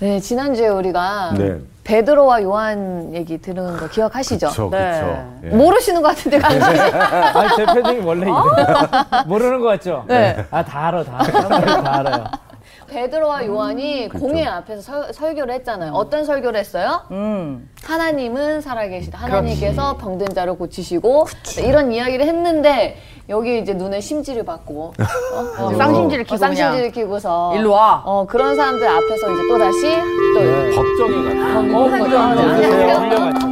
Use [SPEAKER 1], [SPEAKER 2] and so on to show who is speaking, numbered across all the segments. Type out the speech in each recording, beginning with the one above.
[SPEAKER 1] 네, 지난주에 우리가
[SPEAKER 2] 네.
[SPEAKER 1] 베드로와 요한 얘기 들은 거 기억하시죠?
[SPEAKER 2] 그렇죠,
[SPEAKER 3] 네.
[SPEAKER 2] 그렇죠. 예.
[SPEAKER 1] 모르시는 것 같은데
[SPEAKER 4] 네.
[SPEAKER 1] 갑자기.
[SPEAKER 5] 아니 대표님이 원래 이래 모르는 거 같죠?
[SPEAKER 1] 네.
[SPEAKER 5] 아 다 알아 다 알아 사람들이 다 알아요.
[SPEAKER 1] 베드로와 요한이 공회 앞에서 설- 설교를 했잖아요. 어떤 설교를 했어요?
[SPEAKER 3] 음.
[SPEAKER 1] 하나님은 살아계시다. 하나님께서 병든 자를 고치시고 이런 이야기를 했는데 여기 이제 눈에 심지를 받고 어, 어,
[SPEAKER 3] 쌍심지를 키고
[SPEAKER 1] 쌍심지를 키고서
[SPEAKER 3] 일로 와.
[SPEAKER 1] 어, 그런 사람들 앞에서 이제 또 다시 또
[SPEAKER 4] 네.
[SPEAKER 2] 법정에 갔다.
[SPEAKER 5] 어,
[SPEAKER 1] 거기서
[SPEAKER 5] 그죠.
[SPEAKER 1] 안녕하세요.
[SPEAKER 5] 훌륭하죠.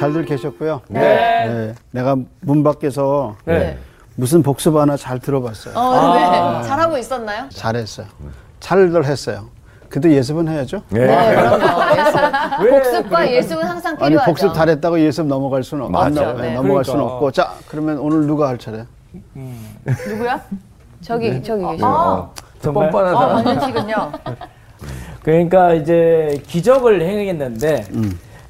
[SPEAKER 4] 잘들 계셨고요.
[SPEAKER 5] 네.
[SPEAKER 4] 네, 내가 문 밖에서
[SPEAKER 5] 네.
[SPEAKER 4] 무슨 복습 하나 잘 들어봤어요.
[SPEAKER 1] 어, 네.
[SPEAKER 4] 아.
[SPEAKER 1] 잘하고 있었나요?
[SPEAKER 4] 잘했어요. 잘들 했어요. 근데 예습은 해야죠.
[SPEAKER 2] 예.
[SPEAKER 1] 네, 그럼요. 예습. 복습과 예습은 항상
[SPEAKER 4] 아니
[SPEAKER 1] 필요하죠.
[SPEAKER 4] 복습 잘했다고 예습 넘어갈 수는 없고
[SPEAKER 2] 맞아.
[SPEAKER 4] 넘어갈
[SPEAKER 1] 네.
[SPEAKER 4] 수는
[SPEAKER 5] 그러니까.
[SPEAKER 4] 없고 자 그러면 오늘 누가 할 차례?
[SPEAKER 3] 누구야?
[SPEAKER 1] 저기 저기 계시.
[SPEAKER 2] 어,
[SPEAKER 5] 정말?
[SPEAKER 3] 어,
[SPEAKER 2] 뻔뻔하다.
[SPEAKER 3] 박년 씨군요.
[SPEAKER 5] 그러니까 이제 기적을 행했는데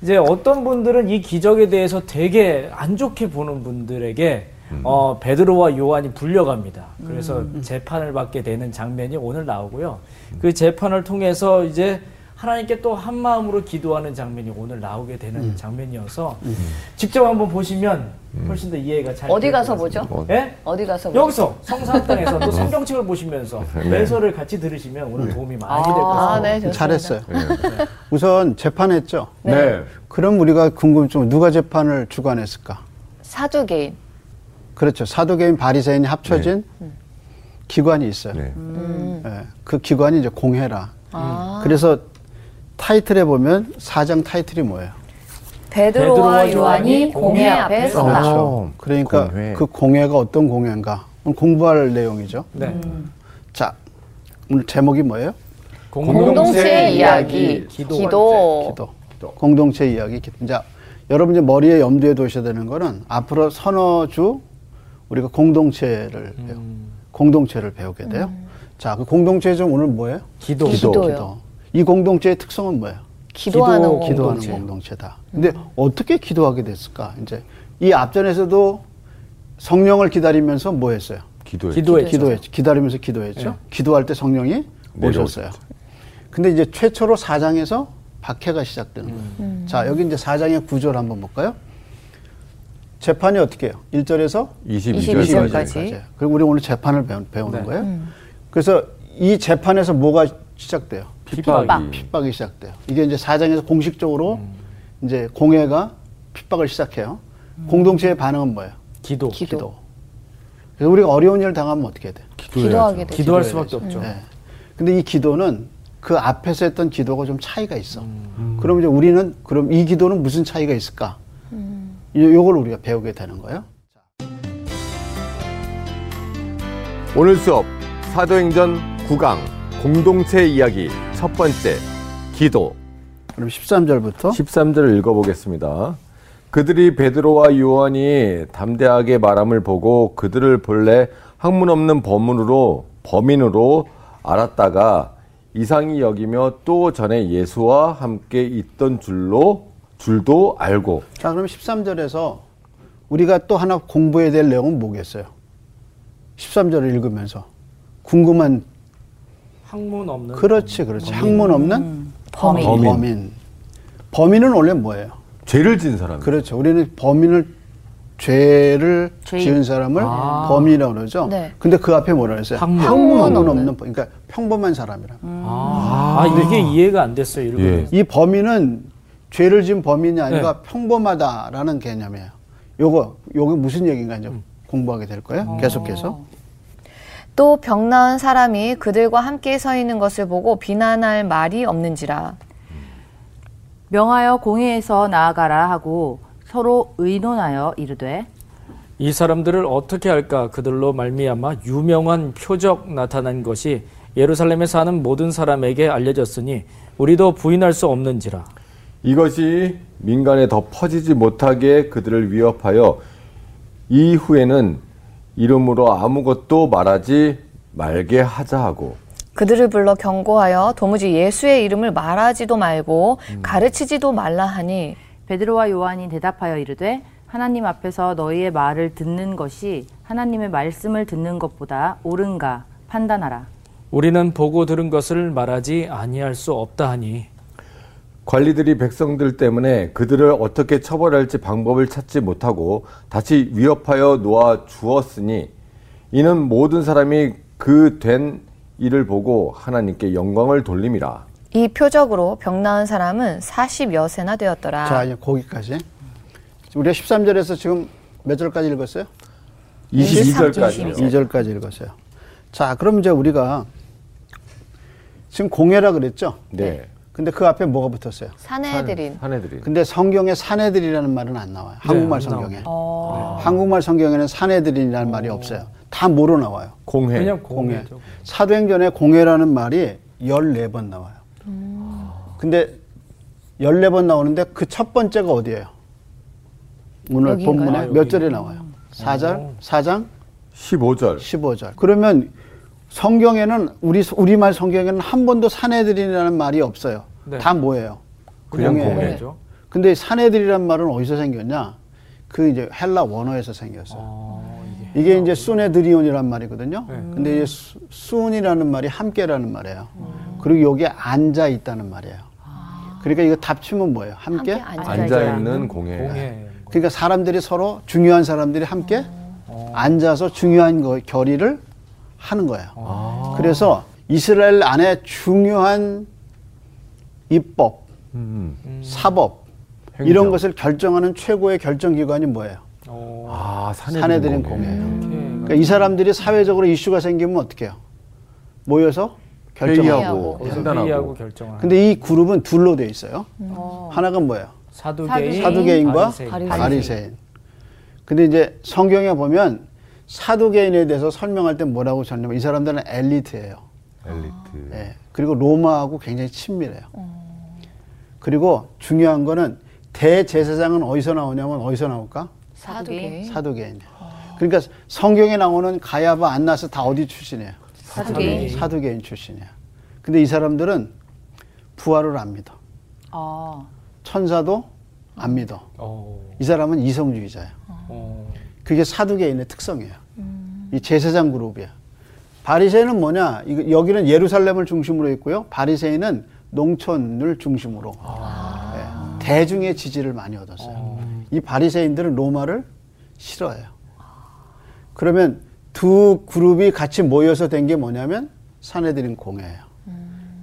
[SPEAKER 5] 이제 어떤 분들은 이 기적에 대해서 되게 안 좋게 보는 분들에게 어, 베드로와 요한이 불려갑니다. 그래서
[SPEAKER 1] 음,
[SPEAKER 5] 재판을 받게 되는 장면이 오늘 나오고요. 그 재판을 통해서 이제 하나님께 또 한 마음으로 기도하는 장면이 오늘 나오게 되는 장면이어서 직접 한번 보시면 훨씬 더 이해가 잘.
[SPEAKER 1] 어디
[SPEAKER 5] 될것
[SPEAKER 1] 가서
[SPEAKER 5] 같습니다.
[SPEAKER 1] 보죠?
[SPEAKER 2] 뭐,
[SPEAKER 5] 예?
[SPEAKER 1] 어디 가서 보죠?
[SPEAKER 5] 여기서 성사학당에서 또 성경책을 보시면서 해설을 같이 들으시면 오늘 도움이 많이 될 것 같습니다.
[SPEAKER 1] 아, 네, 좋습니다.
[SPEAKER 4] 잘했어요. 우선 재판했죠.
[SPEAKER 2] 네.
[SPEAKER 4] 그럼 우리가 궁금증 누가 재판을 주관했을까?
[SPEAKER 1] 사두개인.
[SPEAKER 4] 그렇죠. 사도계인 바리새인이 합쳐진
[SPEAKER 1] 네.
[SPEAKER 4] 기관이 있어요.
[SPEAKER 2] 네.
[SPEAKER 4] 예, 그 기관이 이제 공회라.
[SPEAKER 1] 음. 아.
[SPEAKER 4] 그래서 타이틀에 보면 사장 타이틀이 뭐예요?
[SPEAKER 1] 베드로와
[SPEAKER 5] 베드로와
[SPEAKER 1] 요한이 공회
[SPEAKER 5] 요한이 공회
[SPEAKER 1] 앞에
[SPEAKER 5] 앞에서
[SPEAKER 1] 섰다.
[SPEAKER 2] 어,
[SPEAKER 4] 그러니까
[SPEAKER 2] 공회.
[SPEAKER 4] 그 공회가 어떤 공회인가? 오늘 공부할 내용이죠.
[SPEAKER 5] 네.
[SPEAKER 4] 자, 오늘 제목이 뭐예요?
[SPEAKER 1] 공동체 이야기, 기도.
[SPEAKER 5] 기도.
[SPEAKER 1] 어.
[SPEAKER 4] 기도. 공동체 이야기. 기도. 자, 여러분 이제 머리에 염두에 두셔야 되는 거는 앞으로 서너 주 우리가 공동체를
[SPEAKER 1] 음.
[SPEAKER 4] 배우, 공동체를 배우게 돼요. 자, 그 공동체 좀 오늘 뭐예요?
[SPEAKER 5] 기도.
[SPEAKER 1] 기도요.
[SPEAKER 4] 이 공동체의 특성은 뭐예요?
[SPEAKER 1] 기도하는
[SPEAKER 2] 어,
[SPEAKER 5] 기도,
[SPEAKER 1] 공동체.
[SPEAKER 4] 기도하는 공동체다. 근데 어떻게 기도하게 됐을까? 이제 이 앞전에서도 성령을 기다리면서 뭐 했어요?
[SPEAKER 2] 기도해.
[SPEAKER 5] 기도의 기도.
[SPEAKER 4] 기도했죠. 기다리면서 기도했죠.
[SPEAKER 2] 네.
[SPEAKER 4] 기도할 때 성령이
[SPEAKER 2] 내려오셨죠.
[SPEAKER 4] 오셨어요. 근데 이제 최초로 사장에서 박해가 시작되는 거예요.
[SPEAKER 2] 음.
[SPEAKER 4] 자, 여기 이제 사장의 구조를 한번 볼까요? 재판이 어떻게 해요? 1절에서
[SPEAKER 2] 22절까지. 네. 음.
[SPEAKER 1] 22절까지.
[SPEAKER 4] 그리고 우리 오늘 재판을 배우- 배우는 거예요. 그래서 이 재판에서 뭐가 시작돼요?
[SPEAKER 2] 핍박이.
[SPEAKER 4] 핍박이 시작돼요. 이게 이제 사장에서 공식적으로 이제 공회가 핍박을 시작해요. 공동체의 반응은 뭐예요?
[SPEAKER 5] 기도.
[SPEAKER 1] 기도.
[SPEAKER 4] 그래서 우리가 어려운 일을 당하면 어떻게 해야 돼요?
[SPEAKER 1] 기도하게 되죠.
[SPEAKER 5] 기도할 수밖에 없죠.
[SPEAKER 4] 네. 근데 이 기도는 그 앞에서 했던 기도가 좀 차이가 있어. 그럼 이제 우리는 그럼 이 기도는 무슨 차이가 있을까? 요- 요걸 우리가 배우게 되는 거예요.
[SPEAKER 2] 오늘 수업 사도행전 9강 공동체 이야기 첫 번째 기도.
[SPEAKER 4] 그럼 13절부터
[SPEAKER 2] 13절을 읽어보겠습니다. 그들이 베드로와 요한이 담대하게 말함을 보고 그들을 본래 학문 없는 범문으로 범인으로 알았다가 이상히 여기며 또 전에 예수와 함께 있던 줄로 줄도 알고
[SPEAKER 4] 자, 그럼 13절에서 우리가 또 하나 공부해야 될 내용은 뭐겠어요? 13절을 읽으면서 궁금한
[SPEAKER 5] 학문 없는.
[SPEAKER 4] 그렇지 그렇지 학문 없는
[SPEAKER 1] 범인.
[SPEAKER 2] 범인.
[SPEAKER 4] 범인. 범인은 원래 뭐예요?
[SPEAKER 2] 죄를 진 사람.
[SPEAKER 4] 그렇죠. 우리는 범인을 죄를
[SPEAKER 3] 죄인.
[SPEAKER 4] 지은 사람을 범인이라고 그러죠.
[SPEAKER 1] 네.
[SPEAKER 4] 근데 그 앞에 뭐라 그랬어요?
[SPEAKER 5] 학문.
[SPEAKER 4] 학문 없는, 범- 그러니까 평범한 사람이라.
[SPEAKER 5] 아, 이게 이해가 안 됐어요. 이러고.
[SPEAKER 2] 예.
[SPEAKER 4] 이 범인은 죄를 지은 범인이
[SPEAKER 2] 네.
[SPEAKER 4] 아니라 평범하다라는 개념이에요. 요거 요게 무슨 얘기인가 이제
[SPEAKER 2] 음.
[SPEAKER 4] 공부하게 될 거예요. 계속해서.
[SPEAKER 6] 또 병나은 사람이 그들과 함께 서 있는 것을 보고 비난할 말이 없는지라
[SPEAKER 3] 명하여 공회에서 나아가라 하고 서로 의논하여 이르되
[SPEAKER 5] 이 사람들을 어떻게 할까? 그들로 말미암아 유명한 표적 나타난 것이 예루살렘에 사는 모든 사람에게 알려졌으니 우리도 부인할 수 없는지라.
[SPEAKER 2] 이것이 민간에 더 퍼지지 못하게 그들을 위협하여 이후에는 이름으로 아무것도 말하지 말게 하자 하고
[SPEAKER 6] 그들을 불러 경고하여 도무지 예수의 이름을 말하지도 말고
[SPEAKER 1] 음.
[SPEAKER 6] 가르치지도 말라 하니
[SPEAKER 3] 베드로와 요한이 대답하여 이르되 하나님 앞에서 너희의 말을 듣는 것이 하나님의 말씀을 듣는 것보다 옳은가 판단하라
[SPEAKER 5] 우리는 보고 들은 것을 말하지 아니할 수 없다 하니
[SPEAKER 2] 관리들이 백성들 때문에 그들을 어떻게 처벌할지 방법을 찾지 못하고 다시 위협하여 놓아 주었으니 이는 모든 사람이 그 된 일을 보고 하나님께 영광을 돌림이라.
[SPEAKER 6] 이 표적으로 병 나은 사람은 40여 세나
[SPEAKER 1] 아.
[SPEAKER 6] 되었더라.
[SPEAKER 4] 자, 이제 거기까지. 지금 우리가 13절에서 지금 몇 절까지 읽었어요?
[SPEAKER 2] 22절까지요.
[SPEAKER 4] 2절까지 읽었어요. 자, 그럼 이제 우리가 지금 공회라 그랬죠?
[SPEAKER 2] 네.
[SPEAKER 4] 근데 그 앞에 뭐가 붙었어요?
[SPEAKER 6] 사내들인
[SPEAKER 2] 사내들이.
[SPEAKER 4] 근데 성경에 사내들이라는 말은 안 나와요. 한국말 성경에.
[SPEAKER 6] 어, 아.
[SPEAKER 4] 네. 한국말 성경에는 사내들이라는 말이 없어요. 다 뭐로 나와요?
[SPEAKER 2] 공회.
[SPEAKER 5] 그냥
[SPEAKER 6] 네,
[SPEAKER 4] 공회.
[SPEAKER 5] 공회죠.
[SPEAKER 4] 사도행전에 공회라는 말이 14번 나와요.
[SPEAKER 6] 음.
[SPEAKER 4] 근데 14번 나오는데 그 첫 번째가 어디예요? 오늘
[SPEAKER 6] 여기인가요? 음.
[SPEAKER 4] 본문에 몇 절에 나와요? 4절, 4장,
[SPEAKER 2] 15절.
[SPEAKER 4] 15절. 그러면 성경에는 우리 우리말 성경에는 한 번도 사내들이라는 말이 없어요.
[SPEAKER 5] 네.
[SPEAKER 4] 다 뭐예요?
[SPEAKER 2] 그냥
[SPEAKER 4] 공회예요.
[SPEAKER 2] 공회.
[SPEAKER 5] 공회죠.
[SPEAKER 4] 근데 사내들이란 말은 어디서 생겼냐? 그 이제 헬라 원어에서 생겼어요.
[SPEAKER 5] 어, 이게
[SPEAKER 4] 이게 이제 순에드리온이란 말이거든요. 근데 이제 수- 순이라는 말이 함께라는 말이에요. 그리고 여기에 앉아 있다는 말이에요. 그러니까 이거 답치면 뭐예요? 함께?
[SPEAKER 6] 함께 앉아
[SPEAKER 2] 앉아 있는 공회.
[SPEAKER 5] 공회.
[SPEAKER 4] 그러니까 사람들이 서로 중요한 사람들이 함께 앉아서 중요한 거, 결의를 하는 거예요.
[SPEAKER 2] 아.
[SPEAKER 4] 그래서 이스라엘 안에 중요한 입법,
[SPEAKER 2] 음.
[SPEAKER 4] 사법
[SPEAKER 2] 행정.
[SPEAKER 4] 이런 것을 결정하는 최고의 결정 기관이 뭐예요?
[SPEAKER 5] 어,
[SPEAKER 2] 아, 사내들인,
[SPEAKER 4] 사내들인
[SPEAKER 2] 공회.
[SPEAKER 4] 공회예요.
[SPEAKER 5] 이렇게
[SPEAKER 4] 그러니까 이 사람들이 사회적으로 이슈가 생기면 어떻게 해요? 모여서 결정하고.
[SPEAKER 2] 회의하고
[SPEAKER 5] 회의하고
[SPEAKER 2] 판단하고.
[SPEAKER 5] 결정하는.
[SPEAKER 4] 근데 이 그룹은 둘로 돼 있어요. 하나가 뭐예요?
[SPEAKER 5] 사두개인,
[SPEAKER 4] 사두개인과
[SPEAKER 5] 바리새인.
[SPEAKER 1] 바리새인.
[SPEAKER 4] 바리새인. 근데 이제 성경에 보면 사두개인에 대해서 설명할 때 뭐라고 썼냐면 이 사람들은 엘리트예요.
[SPEAKER 2] 엘리트.
[SPEAKER 4] 예. 그리고 로마하고 굉장히 친밀해요.
[SPEAKER 6] 어.
[SPEAKER 4] 그리고 중요한 거는 대제사장은 어디서 나오냐면 어디서 나올까?
[SPEAKER 1] 네.
[SPEAKER 6] 사두개
[SPEAKER 4] 사두개인이에요.
[SPEAKER 6] 아.
[SPEAKER 4] 그러니까 성경에 나오는 가야바 안나스 다 어디 출신이에요?
[SPEAKER 6] 사두개
[SPEAKER 4] 사두개인 출신이야. 근데 이 사람들은 부활을 안 믿어.
[SPEAKER 1] 아,
[SPEAKER 4] 천사도 안 믿어.
[SPEAKER 5] 어,
[SPEAKER 4] 이 사람은 이성주의자야.
[SPEAKER 5] 어.
[SPEAKER 4] 그게 사두개인의 특성이야. 이 제사장 그룹이야. 바리새인은 뭐냐? 이거- 여기는 예루살렘을 중심으로 했고요. 바리새인은 농촌을 중심으로 예, 대중의 지지를 많이 얻었어요. 이 바리새인들은 로마를 싫어해요. 그러면 두 그룹이 같이 모여서 된 게 뭐냐면 사내들인 공회예요.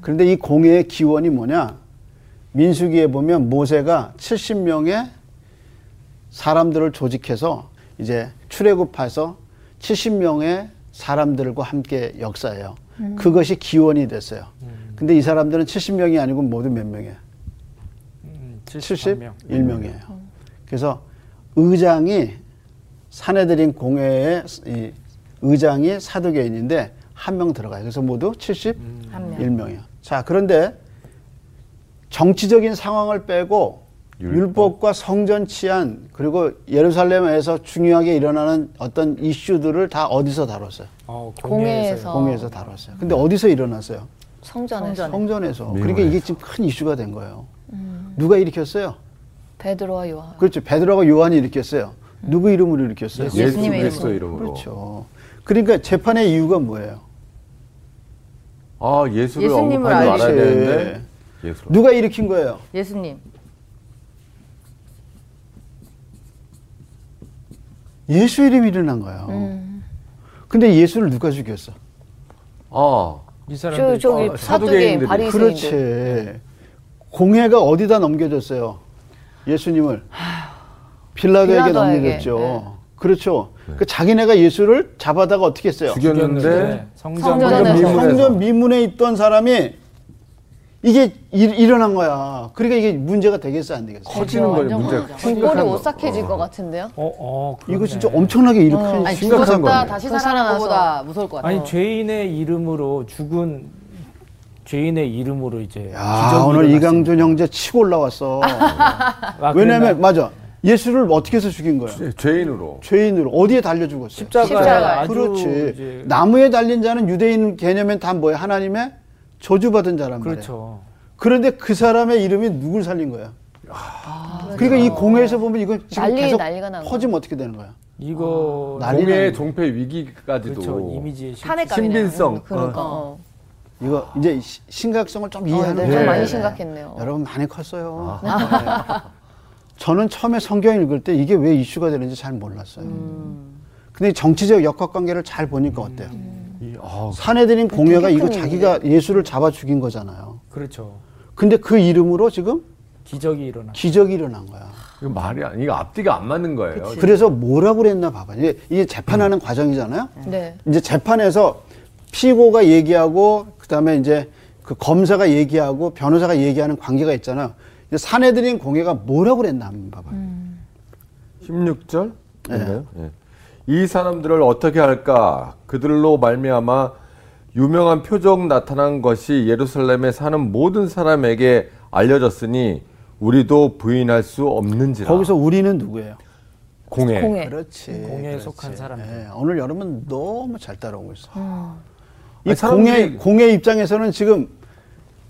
[SPEAKER 4] 그런데 이 공회의 기원이 뭐냐? 민수기에 보면 모세가 70명의 사람들을 조직해서 이제 출애굽해서 70명의 사람들과 함께 역사해요. 그것이 기원이 됐어요. 근데 이 사람들은 70명이 아니고 모두 몇 명이에요?
[SPEAKER 5] 음, 71명.
[SPEAKER 4] 예. 71명이에요. 그래서 의장이 사내들인 공회의 이 의장이 사두개인인데 한 명 들어가요. 그래서 모두
[SPEAKER 1] 음.
[SPEAKER 4] 71명이에요. 자, 그런데 정치적인 상황을 빼고 율법. 과 성전 치안 그리고 예루살렘에서 중요하게 일어나는 어떤 이슈들을 다 어디서 다뤘어요?
[SPEAKER 5] 어,
[SPEAKER 1] 공회에서
[SPEAKER 4] 공회에서 다뤘어요. 근데 어디서 일어났어요?
[SPEAKER 1] 성전에서
[SPEAKER 4] 성전에서. 그러니까 이게 지금 큰 이슈가 된 거예요.
[SPEAKER 1] 음.
[SPEAKER 4] 누가 일으켰어요?
[SPEAKER 1] 베드로와 요한
[SPEAKER 4] 그렇죠. 베드로가 요한이 일으켰어요. 누구 이름으로 일으켰어요?
[SPEAKER 2] 예수 그리스도 이름으로.
[SPEAKER 4] 그렇죠. 그러니까 재판의 이유가 뭐예요?
[SPEAKER 2] 아, 예수를
[SPEAKER 3] 예수님을
[SPEAKER 2] 언급하지 말아야
[SPEAKER 4] 알지.
[SPEAKER 2] 되는데. 예수.
[SPEAKER 4] 누가 일으킨 거예요?
[SPEAKER 3] 예수님.
[SPEAKER 4] 예수 이름이 일어난 거예요.
[SPEAKER 1] 음.
[SPEAKER 6] 음.
[SPEAKER 4] 근데 예수를 누가 죽였어?
[SPEAKER 2] 아,
[SPEAKER 5] 이
[SPEAKER 1] 저,
[SPEAKER 5] 사람들
[SPEAKER 1] 저기 사두개인
[SPEAKER 2] 어, 사두개인들이.
[SPEAKER 1] 바리새인들
[SPEAKER 4] 그렇지. 공회가 어디다 넘겨줬어요? 예수님을 빌라도에게
[SPEAKER 1] 빌라도에게,
[SPEAKER 4] 넘겨줬죠.
[SPEAKER 1] 네.
[SPEAKER 4] 그렇죠. 그 자기네가 예수를 잡아다가 어떻게 했어요?
[SPEAKER 2] 죽였는데
[SPEAKER 1] 성전에서.
[SPEAKER 5] 성전에서
[SPEAKER 2] 미문에서.
[SPEAKER 4] 성전 미문에 있던 사람이 이게 일, 일어난 거야. 그러니까 이게 문제가 되겠어 안 되겠어?
[SPEAKER 2] 커지는 거예요, 문제가.
[SPEAKER 1] 등골이
[SPEAKER 2] 심각한 거.
[SPEAKER 1] 오싹해질 것 같은데요?
[SPEAKER 5] 어, 어, 그러네.
[SPEAKER 4] 이거 진짜 엄청나게 이렇게
[SPEAKER 1] 어. 아니,
[SPEAKER 2] 심각한
[SPEAKER 1] 죽었다
[SPEAKER 2] 거예요.
[SPEAKER 1] 다시
[SPEAKER 6] 더
[SPEAKER 1] 살아나는
[SPEAKER 6] 살아나서.
[SPEAKER 1] 것보다 무서울 것 같아요.
[SPEAKER 4] 어.
[SPEAKER 5] 아니 죄인의 이름으로 죽은 죄인의 이름으로 이제 아,
[SPEAKER 4] 야,
[SPEAKER 5] 기적이
[SPEAKER 4] 오늘
[SPEAKER 5] 일어났어요.
[SPEAKER 4] 이강준 형제 치고 올라왔어.
[SPEAKER 5] 아, 그랬나요?
[SPEAKER 4] 왜냐면 음, 맞아. 예수를 어떻게 해서 죽인 거야?
[SPEAKER 2] 죄- 죄인으로.
[SPEAKER 4] 죄인으로 어디에 달려 죽었어요?
[SPEAKER 5] 십자가에
[SPEAKER 1] 십자가에.
[SPEAKER 5] 아주
[SPEAKER 4] 그렇지.
[SPEAKER 5] 이제-
[SPEAKER 4] 나무에 달린 자는 유대인 개념엔 다 뭐야? 하나님의 저주받은 자란 말이야.
[SPEAKER 5] 그렇죠.
[SPEAKER 4] 그런데 그 사람의 이름이 누굴 살린 거야?
[SPEAKER 5] 아.
[SPEAKER 4] 그러니까 이 공회에서 보면 이건 지금
[SPEAKER 1] 난리,
[SPEAKER 4] 계속
[SPEAKER 1] 난리가 난 거야.
[SPEAKER 4] 퍼지면 어떻게 되는 거야?
[SPEAKER 5] 이거
[SPEAKER 4] 난리 나는
[SPEAKER 2] 공의
[SPEAKER 4] 거야.
[SPEAKER 2] 종패 위기까지도
[SPEAKER 5] 그렇죠. 이미지의 실-
[SPEAKER 6] 탄핵감이네요.
[SPEAKER 2] 신빙성.
[SPEAKER 6] 음, 그러니까.
[SPEAKER 2] 어.
[SPEAKER 6] 어.
[SPEAKER 4] 이거 이제 시- 심각성을
[SPEAKER 1] 어,
[SPEAKER 4] 좀 이해하는
[SPEAKER 6] 네, 좀
[SPEAKER 4] 거예요.
[SPEAKER 6] 많이 심각했네요.
[SPEAKER 4] 여러분 많이 컸어요. 네. 저는 처음에 성경 읽을 때 이게 왜 이슈가 되는지 잘 몰랐어요.
[SPEAKER 6] 음.
[SPEAKER 4] 근데 이 정치적 역학 관계를 잘 보니까 어때요?
[SPEAKER 2] 이- 아,
[SPEAKER 4] 사내들인
[SPEAKER 6] 그
[SPEAKER 4] 공회가 이거
[SPEAKER 1] 큰
[SPEAKER 4] 자기가 예수를 잡아 죽인 거잖아요.
[SPEAKER 5] 그렇죠.
[SPEAKER 4] 근데 그 이름으로 지금
[SPEAKER 5] 기적이 일어나.
[SPEAKER 4] 기적이 일어난 거야.
[SPEAKER 2] 이거 말이 아니 이거 앞뒤가 안 맞는 거예요.
[SPEAKER 4] 그래서 뭐라고 그랬나 봐봐. 이게, 이게 재판하는 과정이잖아요.
[SPEAKER 6] 음. 네.
[SPEAKER 4] 이제 재판에서 피고가 얘기하고 그다음에 이제 그 검사가 얘기하고 변호사가 얘기하는 관계가 있잖아요. 이제 사내들인 공회가 뭐라고 그랬나 한번 봐봐요.
[SPEAKER 2] 16절? 그 인가요? 예. 이 사람들을 어떻게 할까? 그들로 말미암아 유명한 표적 나타난 것이 예루살렘에 사는 모든 사람에게 알려졌으니 우리도 부인할 수 없는지라.
[SPEAKER 4] 거기서 우리는 누구예요?
[SPEAKER 2] 공해.
[SPEAKER 6] 공해.
[SPEAKER 4] 그렇지.
[SPEAKER 5] 네. 음, 공회에
[SPEAKER 4] 예, 그렇지.
[SPEAKER 5] 속한 사람들.
[SPEAKER 4] 예, 오늘 여러분 너무 잘 따라오고 있어. 이
[SPEAKER 2] 아니, 사람들이-
[SPEAKER 4] 공회 공회 입장에서는 지금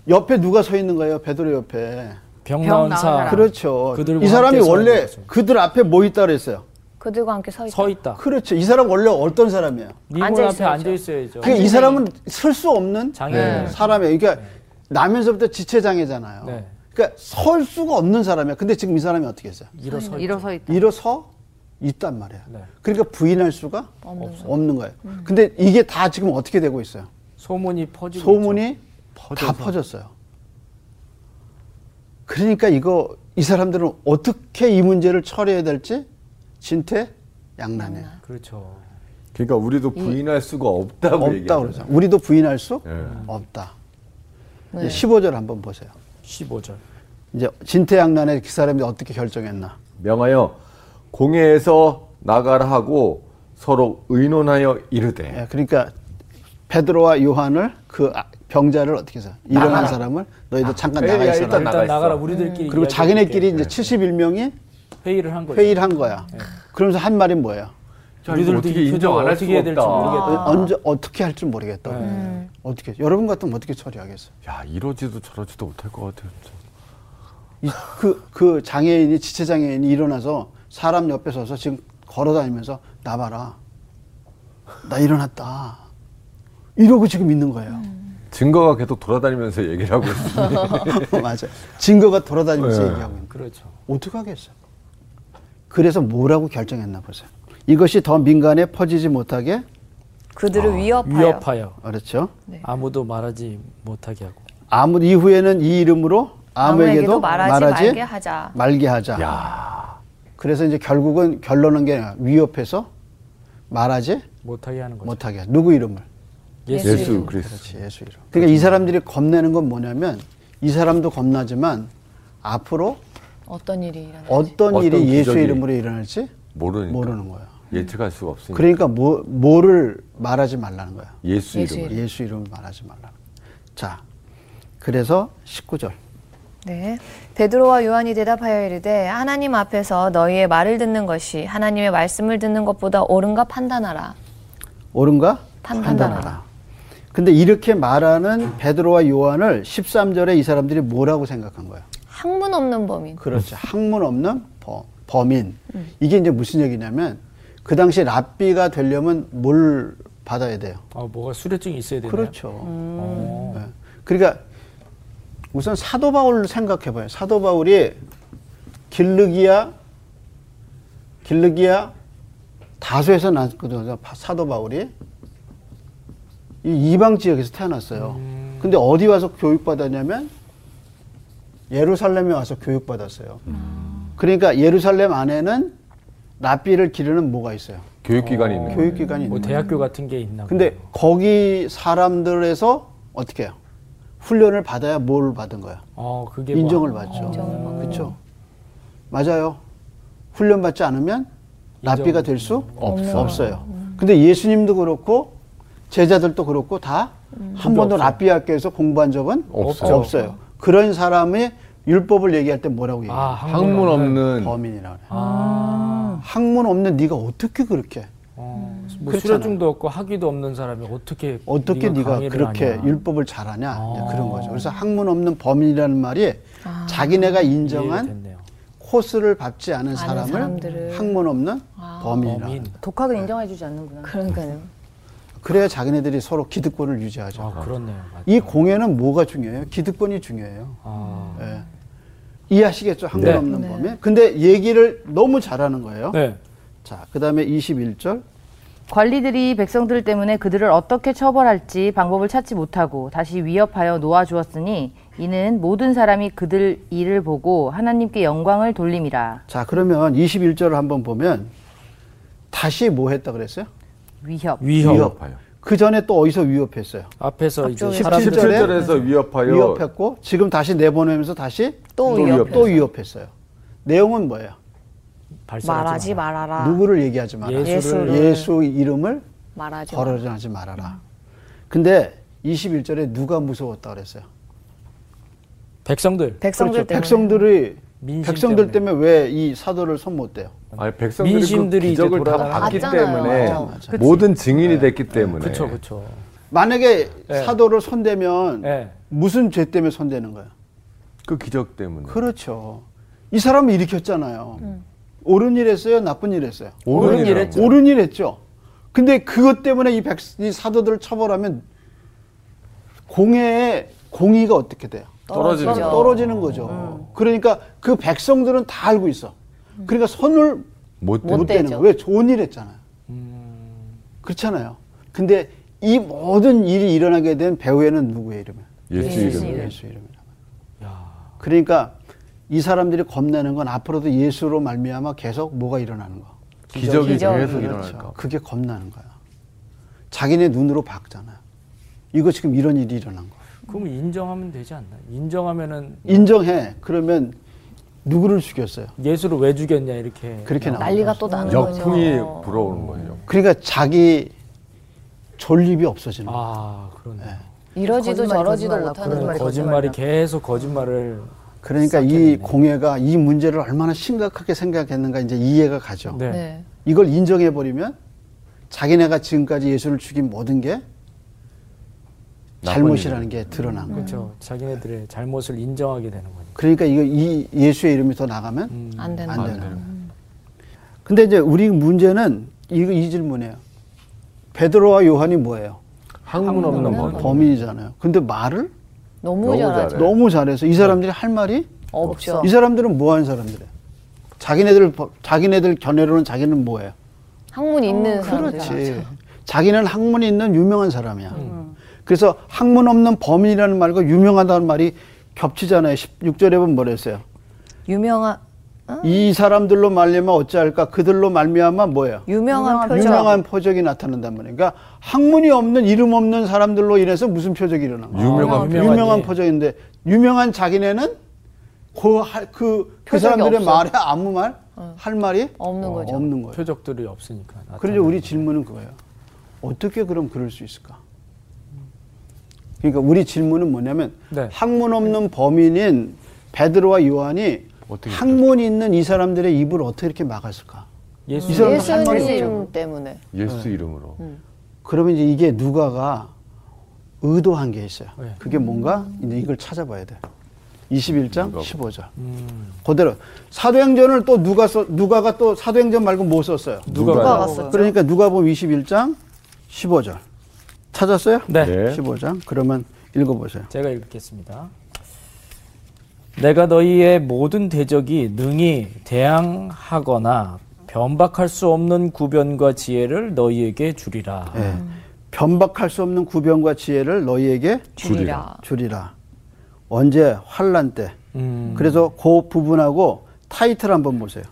[SPEAKER 4] 옆에 누가 서 있는 거예요? 베드로 옆에.
[SPEAKER 5] 병
[SPEAKER 3] 병
[SPEAKER 5] 나온
[SPEAKER 3] 나온
[SPEAKER 5] 사람.
[SPEAKER 3] 사람.
[SPEAKER 4] 그렇죠.
[SPEAKER 5] 아, 그들과
[SPEAKER 4] 이 사람이
[SPEAKER 5] 함께 서 있는
[SPEAKER 4] 원래
[SPEAKER 5] 거죠. 아.
[SPEAKER 4] 그들 앞에 뭐 있다 그랬어요?
[SPEAKER 6] 그들과 함께 서 있다.
[SPEAKER 5] 서 있다.
[SPEAKER 4] 그렇죠. 이 사람 원래 어떤 사람이에요? 그러니까
[SPEAKER 5] 니분 앞에
[SPEAKER 6] 앉아있어야죠.
[SPEAKER 5] 앉아 있어야죠.
[SPEAKER 4] 그이 사람은 설 수 없는
[SPEAKER 5] 장애인.
[SPEAKER 4] 사람이에요. 그러니까 나면서부터 지체 장애잖아요.
[SPEAKER 5] 네.
[SPEAKER 4] 그러니까 설 수가 없는 사람이야. 근데 지금 이 사람이 어떻게 했어요?
[SPEAKER 5] 음, 일어서
[SPEAKER 1] 음,
[SPEAKER 5] 있다.
[SPEAKER 3] 일어서 있다.
[SPEAKER 4] 일어서 있단 말이야.
[SPEAKER 5] 네.
[SPEAKER 4] 그러니까 부인할 수가 없는, 거예요. 음. 근데 이게 다 지금 어떻게 되고 있어요?
[SPEAKER 5] 소문이 퍼지고
[SPEAKER 4] 소문이 다 퍼졌어요. 그러니까 이거 이 사람들은 어떻게 이 문제를 처리해야 될지 진퇴 양난해.
[SPEAKER 5] 있죠. 그렇죠.
[SPEAKER 2] 그러니까 우리도 부인할 수가 없다고
[SPEAKER 4] 없다
[SPEAKER 2] 얘기하잖아요.
[SPEAKER 4] 그러죠. 우리도 부인할 수
[SPEAKER 2] 예.
[SPEAKER 4] 없다. 네. 15절 한번 보세요.
[SPEAKER 5] 15절.
[SPEAKER 4] 이제 진퇴양난의 그 사람이 어떻게 결정했나?
[SPEAKER 2] 명하여 공해에서 나가라 하고 서로 의논하여 이르되
[SPEAKER 4] 예, 그러니까 베드로와 요한을 그 아- 병자를 어떻게 해서 일어난 사람을 너희들 잠깐
[SPEAKER 2] 야,
[SPEAKER 4] 나가
[SPEAKER 2] 야,
[SPEAKER 4] 있어라.
[SPEAKER 2] 일단 나가
[SPEAKER 5] 일단
[SPEAKER 2] 있어.
[SPEAKER 5] 나가라 우리들끼리
[SPEAKER 4] 그리고
[SPEAKER 5] 이야기해볼게.
[SPEAKER 4] 자기네끼리 이제 71명이
[SPEAKER 5] 회의를 한 거예요.
[SPEAKER 4] 회의를 한 거야. 그러면서 한 말이 뭐예요?
[SPEAKER 2] 자, 이거 어떻게
[SPEAKER 5] 이
[SPEAKER 2] 인정 안 할
[SPEAKER 5] 어떻게 해야
[SPEAKER 2] 수가
[SPEAKER 5] 될지
[SPEAKER 2] 없다.
[SPEAKER 5] 모르겠다.
[SPEAKER 4] 언제 어떻게 할 줄 모르겠다고. 어떻게 여러분 같으면 어떻게 처리하겠어요?
[SPEAKER 2] 야 이러지도 저러지도 못할 것 같아요. 진짜.
[SPEAKER 4] 그그 그 장애인이 지체 장애인이 일어나서 사람 옆에 서서 지금 걸어다니면서 나 봐라. 나 일어났다. 이러고 지금 있는 거예요.
[SPEAKER 2] 증거가 계속 돌아다니면서 얘기를 하고 있습니다.
[SPEAKER 4] 맞아. 요 증거가 돌아다니면서
[SPEAKER 2] 예.
[SPEAKER 4] 얘기하고 있는.
[SPEAKER 5] 그렇죠.
[SPEAKER 4] 어떻게 하겠어? 그래서 뭐라고 결정했나 보세요. 이것이 더 민간에 퍼지지 못하게
[SPEAKER 6] 그들을 위협하여. 네.
[SPEAKER 5] 위협하여
[SPEAKER 4] 그렇죠.
[SPEAKER 5] 아무도 말하지 못하게 하고
[SPEAKER 4] 아무 이후에는 이 이름으로 아무에게도
[SPEAKER 6] 아무에게도
[SPEAKER 4] 말하지,
[SPEAKER 6] 말하지
[SPEAKER 4] 말게
[SPEAKER 6] 말게
[SPEAKER 4] 하자.
[SPEAKER 6] 하자.
[SPEAKER 4] 그래서 이제 결국은 결론은 게 아니라 위협해서 말하지
[SPEAKER 5] 못하게 하는 거죠.
[SPEAKER 4] 못하게 하자. 누구 이름을?
[SPEAKER 5] 예수.
[SPEAKER 2] 예수 그리스도.
[SPEAKER 4] 그렇지 예수 이름. 그러니까 이 사람들이 겁내는 건 뭐냐면 이 사람도 겁나지만 앞으로
[SPEAKER 6] 어떤 일이 일어나?
[SPEAKER 4] 어떤,
[SPEAKER 2] 어떤
[SPEAKER 4] 일이 그러니까. 예수
[SPEAKER 2] 기적이
[SPEAKER 4] 의 이름으로 일어날지
[SPEAKER 2] 모르니까
[SPEAKER 4] 모르는 거야.
[SPEAKER 2] 예측할 수가 없으니까
[SPEAKER 4] 그러니까 뭐, 뭐를 말하지 말라는 거야.
[SPEAKER 2] 예수
[SPEAKER 6] 예수
[SPEAKER 2] 이름으로
[SPEAKER 4] 예수 이름을 말하지 말라. 자, 그래서 19절.
[SPEAKER 6] 네. 베드로와 요한이 대답하여 이르되 하나님 앞에서 너희의 말을 듣는 것이 하나님의 말씀을 듣는 것보다 옳은가 판단하라.
[SPEAKER 4] 옳은가?
[SPEAKER 6] 판단하라.
[SPEAKER 4] 근데 이렇게 말하는 베드로와 요한을 13절에 이 사람들이 뭐라고 생각한 거야?
[SPEAKER 6] 학문 없는 범인.
[SPEAKER 4] 그렇죠. 학문 없는 범, 범인.
[SPEAKER 2] 음.
[SPEAKER 4] 이게 이제 무슨 얘기냐면 그 당시 랍비가 되려면 뭘 받아야 돼요?
[SPEAKER 5] 아 뭐가 수료증이 있어야 되나요?
[SPEAKER 4] 그렇죠.
[SPEAKER 2] 음.
[SPEAKER 5] 어.
[SPEAKER 4] 예. 그러니까 우선 사도 바울을 생각해 봐요. 사도 바울이 길르기아 길르기아 다수에서 났거든요. 파- 사도 바울이 이 이방 지역에서 태어났어요. 근데 어디 와서 교육 받았냐면 예루살렘에 와서 교육 받았어요. 그러니까 예루살렘 안에는 랍비를 기르는 뭐가 있어요?
[SPEAKER 2] 교육기관이 있는 거예요.
[SPEAKER 4] 교육기관이
[SPEAKER 5] 뭐
[SPEAKER 4] 있는 거예요.
[SPEAKER 5] 대학교 같은 게 있나?
[SPEAKER 4] 근데
[SPEAKER 5] 봐요.
[SPEAKER 4] 거기 사람들에서 어떻게 해요? 훈련을 받아야 뭘 받은 거야?
[SPEAKER 5] 어
[SPEAKER 2] 예,
[SPEAKER 5] 그게 뭐
[SPEAKER 4] 인정을
[SPEAKER 5] 한-
[SPEAKER 4] 받죠. 그렇죠. 맞아요. 훈련 받지 않으면 랍비가 될 수
[SPEAKER 2] 없어요.
[SPEAKER 4] 없어요. 근데 예수님도 그렇고 제자들도 그렇고 다 한 번도 랍비 학교에서 공부한 적은
[SPEAKER 2] 없어요.
[SPEAKER 4] 없어요. 그런 사람이 율법을 얘기할 때 뭐라고 얘기해요?
[SPEAKER 5] 아
[SPEAKER 2] 학문
[SPEAKER 5] 학문 없는
[SPEAKER 2] 없는
[SPEAKER 4] 범인이라고 그래요.
[SPEAKER 2] 아.
[SPEAKER 5] 아.
[SPEAKER 4] 학문 없는 네가 어떻게 그렇게
[SPEAKER 5] 어, 뭐
[SPEAKER 4] 그렇잖아요.
[SPEAKER 5] 수료증도 없고 학위도 없는 사람이 어떻게
[SPEAKER 4] 어떻게 네가,
[SPEAKER 5] 강의를
[SPEAKER 4] 그렇게
[SPEAKER 5] 하냐. 아.
[SPEAKER 4] 율법을 잘하냐 이제 그런 거죠. 그래서 학문 없는 범인이라는 말이
[SPEAKER 5] 이해가
[SPEAKER 4] 자기네가 인정한
[SPEAKER 5] 됐네요.
[SPEAKER 4] 코스를 밟지 않은 사람을
[SPEAKER 6] 사람들을.
[SPEAKER 4] 학문 없는 범인이라.
[SPEAKER 5] 범인.
[SPEAKER 1] 독학을 인정해주지 않는구나.
[SPEAKER 6] 그러니까요.
[SPEAKER 4] 그래야 자기네들이 서로 기득권을 유지하죠.
[SPEAKER 5] 아, 그렇네요. 맞-
[SPEAKER 4] 이 공예는 뭐가 중요해요? 기득권이 중요해요.
[SPEAKER 5] 아.
[SPEAKER 4] 예. 이해하시겠죠? 한글
[SPEAKER 5] 네.
[SPEAKER 4] 없는 범위. 근데 얘기를 너무 잘하는 거예요.
[SPEAKER 5] 네.
[SPEAKER 4] 자, 그 다음에 21절.
[SPEAKER 3] 관리들이 백성들 때문에 그들을 어떻게 처벌할지 방법을 찾지 못하고 다시 위협하여 놓아주었으니 이는 모든 사람이 그들 일을 보고 하나님께 영광을 돌림이라
[SPEAKER 4] 자, 그러면 21절을 한번 보면 다시 뭐 했다 그랬어요?
[SPEAKER 3] 위협
[SPEAKER 5] 위협.
[SPEAKER 2] 위협하여.
[SPEAKER 4] 그 전에 또 어디서 위협했어요?
[SPEAKER 5] 앞에서 이제
[SPEAKER 4] 앞쪽에
[SPEAKER 5] 사람들
[SPEAKER 4] 17 절에?
[SPEAKER 2] 17절에서 위협하여
[SPEAKER 4] 위협했고, 지금 다시 내보내면서 다시
[SPEAKER 6] 또
[SPEAKER 2] 또 위협.
[SPEAKER 4] 또 위협했어요. 내용은 뭐예요?
[SPEAKER 5] 발설하지
[SPEAKER 6] 말하지
[SPEAKER 5] 마라.
[SPEAKER 6] 말아라.
[SPEAKER 4] 누구를 얘기하지 마라.
[SPEAKER 5] 예수를-
[SPEAKER 4] 예수 이름을
[SPEAKER 1] 말하지 마.
[SPEAKER 4] 거론하지 말아라. 근데 21절에 누가 무서웠다 그랬어요? 그렇죠.
[SPEAKER 5] 백성들.
[SPEAKER 6] 백성들 때문에.
[SPEAKER 4] 백성들이
[SPEAKER 5] 민심
[SPEAKER 4] 백성들 때문에 왜 이 사도를 손 못 대요?
[SPEAKER 2] 아니 백성들이
[SPEAKER 5] 민심들이
[SPEAKER 2] 그
[SPEAKER 5] 이제
[SPEAKER 2] 기적을 다
[SPEAKER 5] 돌아가는
[SPEAKER 2] 봤기
[SPEAKER 1] 거죠.
[SPEAKER 2] 때문에
[SPEAKER 1] 맞아,
[SPEAKER 4] 맞아.
[SPEAKER 2] 모든 증인이 됐기
[SPEAKER 4] 네.
[SPEAKER 2] 때문에
[SPEAKER 5] 그렇죠, 그렇죠.
[SPEAKER 4] 만약에
[SPEAKER 5] 예.
[SPEAKER 4] 사도를 손대면
[SPEAKER 5] 예.
[SPEAKER 4] 무슨 죄 때문에 손대는 거야?
[SPEAKER 2] 그 기적 때문에
[SPEAKER 4] 그렇죠. 이 사람을 일으켰잖아요. 옳은 일 했어요? 나쁜 일 했어요?
[SPEAKER 5] 음. 옳은 일
[SPEAKER 2] 오른이라고.
[SPEAKER 5] 했죠.
[SPEAKER 4] 옳은 일 했죠. 근데 그것 때문에 이, 백, 이 사도들을 처벌하면 공회의 공의가 어떻게 돼요?
[SPEAKER 2] 떨어지는
[SPEAKER 1] 떨어지죠.
[SPEAKER 2] 거.
[SPEAKER 4] 떨어지는 거죠.
[SPEAKER 5] 음.
[SPEAKER 4] 그러니까 그 백성들은 다 알고 있어. 그러니까 손을
[SPEAKER 2] 못
[SPEAKER 4] 못,
[SPEAKER 2] 못
[SPEAKER 4] 대는
[SPEAKER 1] 대죠.
[SPEAKER 4] 거예요. 왜 좋은 일 했잖아요.
[SPEAKER 2] 음.
[SPEAKER 4] 그렇잖아요. 근데 이 모든 일이 일어나게 된 배우에는 누구의 이름이에요?
[SPEAKER 2] 예수 이름.
[SPEAKER 4] 예수 이름이란 말이에요. 그러니까 이 사람들이 겁내는 건 앞으로도 예수로 말미암아 계속 뭐가 일어나는 거.
[SPEAKER 2] 기적이
[SPEAKER 1] 기적.
[SPEAKER 2] 계속
[SPEAKER 4] 그렇죠.
[SPEAKER 2] 일어날까.
[SPEAKER 4] 그게 겁나는 거야. 자기네 눈으로 봤잖아요. 이거 지금 이런 일이 일어난 거.
[SPEAKER 5] 그럼 인정하면 되지 않나? 인정하면은
[SPEAKER 4] 인정해. 그러면 누구를 죽였어요?
[SPEAKER 5] 예수를 왜 죽였냐 이렇게.
[SPEAKER 4] 그렇게 나와.
[SPEAKER 1] 난리가 또 나는 거죠.
[SPEAKER 2] 역풍이 불어오는 거예요.
[SPEAKER 4] 그러니까 자기 존립이 없어지는 거야.
[SPEAKER 5] 아, 그러네.
[SPEAKER 1] 이러지도
[SPEAKER 6] 거짓말,
[SPEAKER 1] 저러지도
[SPEAKER 6] 거짓말,
[SPEAKER 1] 못하는
[SPEAKER 5] 거짓말이,
[SPEAKER 1] 거죠.
[SPEAKER 5] 계속 거짓말을
[SPEAKER 4] 그러니까 이 공예가 이 문제를 얼마나 심각하게 생각했는가 이제 이해가 가죠.
[SPEAKER 5] 네.
[SPEAKER 6] 네.
[SPEAKER 4] 이걸 인정해 버리면 자기네가 지금까지 예수를 죽인 모든 게 잘못이라는 게 드러난 거예요.
[SPEAKER 5] 그렇죠. 자기네들의 잘못을 인정하게 되는 거니까. 음.
[SPEAKER 4] 그러니까 이거 이 예수의 이름이 더 나가면
[SPEAKER 1] 안 된다.
[SPEAKER 4] 안 되는 거예요. 근데 이제 우리 문제는 이, 이 질문이에요. 베드로와 요한이 뭐예요?
[SPEAKER 2] 학문
[SPEAKER 4] 음.
[SPEAKER 2] 없는 범.
[SPEAKER 4] 범인이잖아요. 근데 말을
[SPEAKER 1] 너무
[SPEAKER 2] 너무
[SPEAKER 1] 잘하죠.
[SPEAKER 2] 네.
[SPEAKER 4] 너무 잘해서 이 사람들이 할 말이
[SPEAKER 1] 없죠.
[SPEAKER 4] 이 사람들은 뭐 하는 사람들이에요? 자기네들 버- 자기네들 견해로는 자기는 뭐예요?
[SPEAKER 1] 학문 있는
[SPEAKER 6] 음,
[SPEAKER 1] 사람들.
[SPEAKER 4] 그렇지. 자기는 학문이 있는 유명한 사람이야.
[SPEAKER 1] 음.
[SPEAKER 4] 그래서 학문 없는 범인이라는 말과 유명하다는 말이 겹치잖아요. 16절에 보면 뭐랬어요?
[SPEAKER 6] 유명한
[SPEAKER 1] 아.
[SPEAKER 4] 이 사람들로 말미암아 어찌할까? 그들로 말미암아 뭐예요?
[SPEAKER 6] 유명한 표정.
[SPEAKER 4] 유명한 표적이 나타난단 말이에요. 그러니까 학문이 없는 이름 없는 사람들로 인해서 무슨 표적이 일어난 거예요?
[SPEAKER 2] 유명한
[SPEAKER 5] 아, 유명한 예.
[SPEAKER 4] 표적인데 유명한 자기네는 그, 할- 그, 그
[SPEAKER 1] 표적이
[SPEAKER 4] 사람들의
[SPEAKER 1] 없어. 어.
[SPEAKER 4] 말에 아무 말? 할 말이
[SPEAKER 1] 없는
[SPEAKER 4] 어,
[SPEAKER 1] 거죠.
[SPEAKER 4] 없는 거예요.
[SPEAKER 5] 표적들이 없으니까.
[SPEAKER 4] 그래서 우리 질문은 그거예요. 어떻게 그럼 그럴 수 있을까? 그러니까 우리 질문은 뭐냐면
[SPEAKER 5] 네.
[SPEAKER 4] 학문 없는 범인인 베드로와 요한이
[SPEAKER 2] 어떻게
[SPEAKER 4] 학문이 있는 이 사람들의 입을 어떻게 이렇게 막았을까?
[SPEAKER 5] 예수
[SPEAKER 4] 이 사람-
[SPEAKER 1] 예수님 때문에.
[SPEAKER 2] 예수 이름으로.
[SPEAKER 4] 그러면 이제 이게 누가가 의도한 게 있어요.
[SPEAKER 5] 네.
[SPEAKER 4] 그게 뭔가 이제 이걸 찾아봐야 돼. 21장 15절.
[SPEAKER 5] 음,
[SPEAKER 4] 그대로 사도행전을 또 누가 써, 누가가 또 사도행전 말고 뭐 썼어요?
[SPEAKER 5] 누가
[SPEAKER 2] 누가
[SPEAKER 5] 봐요?
[SPEAKER 6] 봤었죠?
[SPEAKER 4] 그러니까 누가 보면 21장 15절. 찾았어요?
[SPEAKER 5] 네.
[SPEAKER 2] 네.
[SPEAKER 4] 15장. 그러면 읽어 보세요.
[SPEAKER 5] 제가 읽겠습니다. 내가 너희의 모든 대적이 능히 대항하거나 변박할 수 없는 구변과 지혜를 너희에게 주리라.
[SPEAKER 4] 예. 변박할 수 없는 구변과 지혜를 너희에게
[SPEAKER 1] 줄이라.
[SPEAKER 4] 주리라. 언제 환란 때.
[SPEAKER 5] 음.
[SPEAKER 4] 그래서 그 부분하고 타이틀 한번 보세요.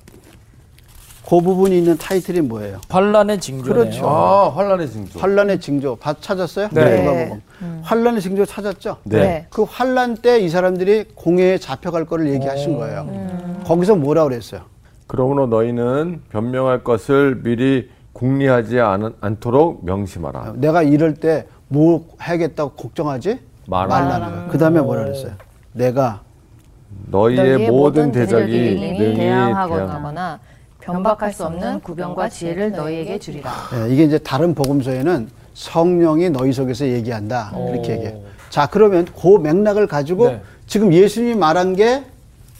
[SPEAKER 4] 그 부분이 있는 타이틀이 뭐예요?
[SPEAKER 5] 환란의 징조네요.
[SPEAKER 4] 그렇죠.
[SPEAKER 2] 아, 환란의 징조.
[SPEAKER 4] 환란의 징조 바- 찾았어요?
[SPEAKER 5] 네.
[SPEAKER 4] 누가복음. 환란의 징조 찾았죠?
[SPEAKER 2] 네.
[SPEAKER 6] 네.
[SPEAKER 4] 그 환란 때 이 사람들이 공회에 잡혀갈 거를 얘기하신 거예요. 거기서 뭐라 그랬어요?
[SPEAKER 2] 그러므로 너희는 변명할 것을 미리 궁리하지 않, 않도록 명심하라.
[SPEAKER 4] 내가 이럴 때 뭐 하겠다고 걱정하지
[SPEAKER 2] 말하라.
[SPEAKER 4] 말라는 거예요. 그 다음에 뭐라 그랬어요? 내가
[SPEAKER 2] 너희의, 모든 대적이
[SPEAKER 3] 대적이
[SPEAKER 2] 능히
[SPEAKER 3] 대항하거나
[SPEAKER 2] 대항-
[SPEAKER 6] 하거나
[SPEAKER 3] 변박할 수 없는 구병과 지혜를 너희에게 주리라
[SPEAKER 4] 예, 이게 이제 다른 복음서에는 성령이 너희 속에서 얘기한다 그렇게
[SPEAKER 5] 오.
[SPEAKER 4] 얘기해요. 자 그러면 그 맥락을 가지고
[SPEAKER 5] 네.
[SPEAKER 4] 지금 예수님이 말한 게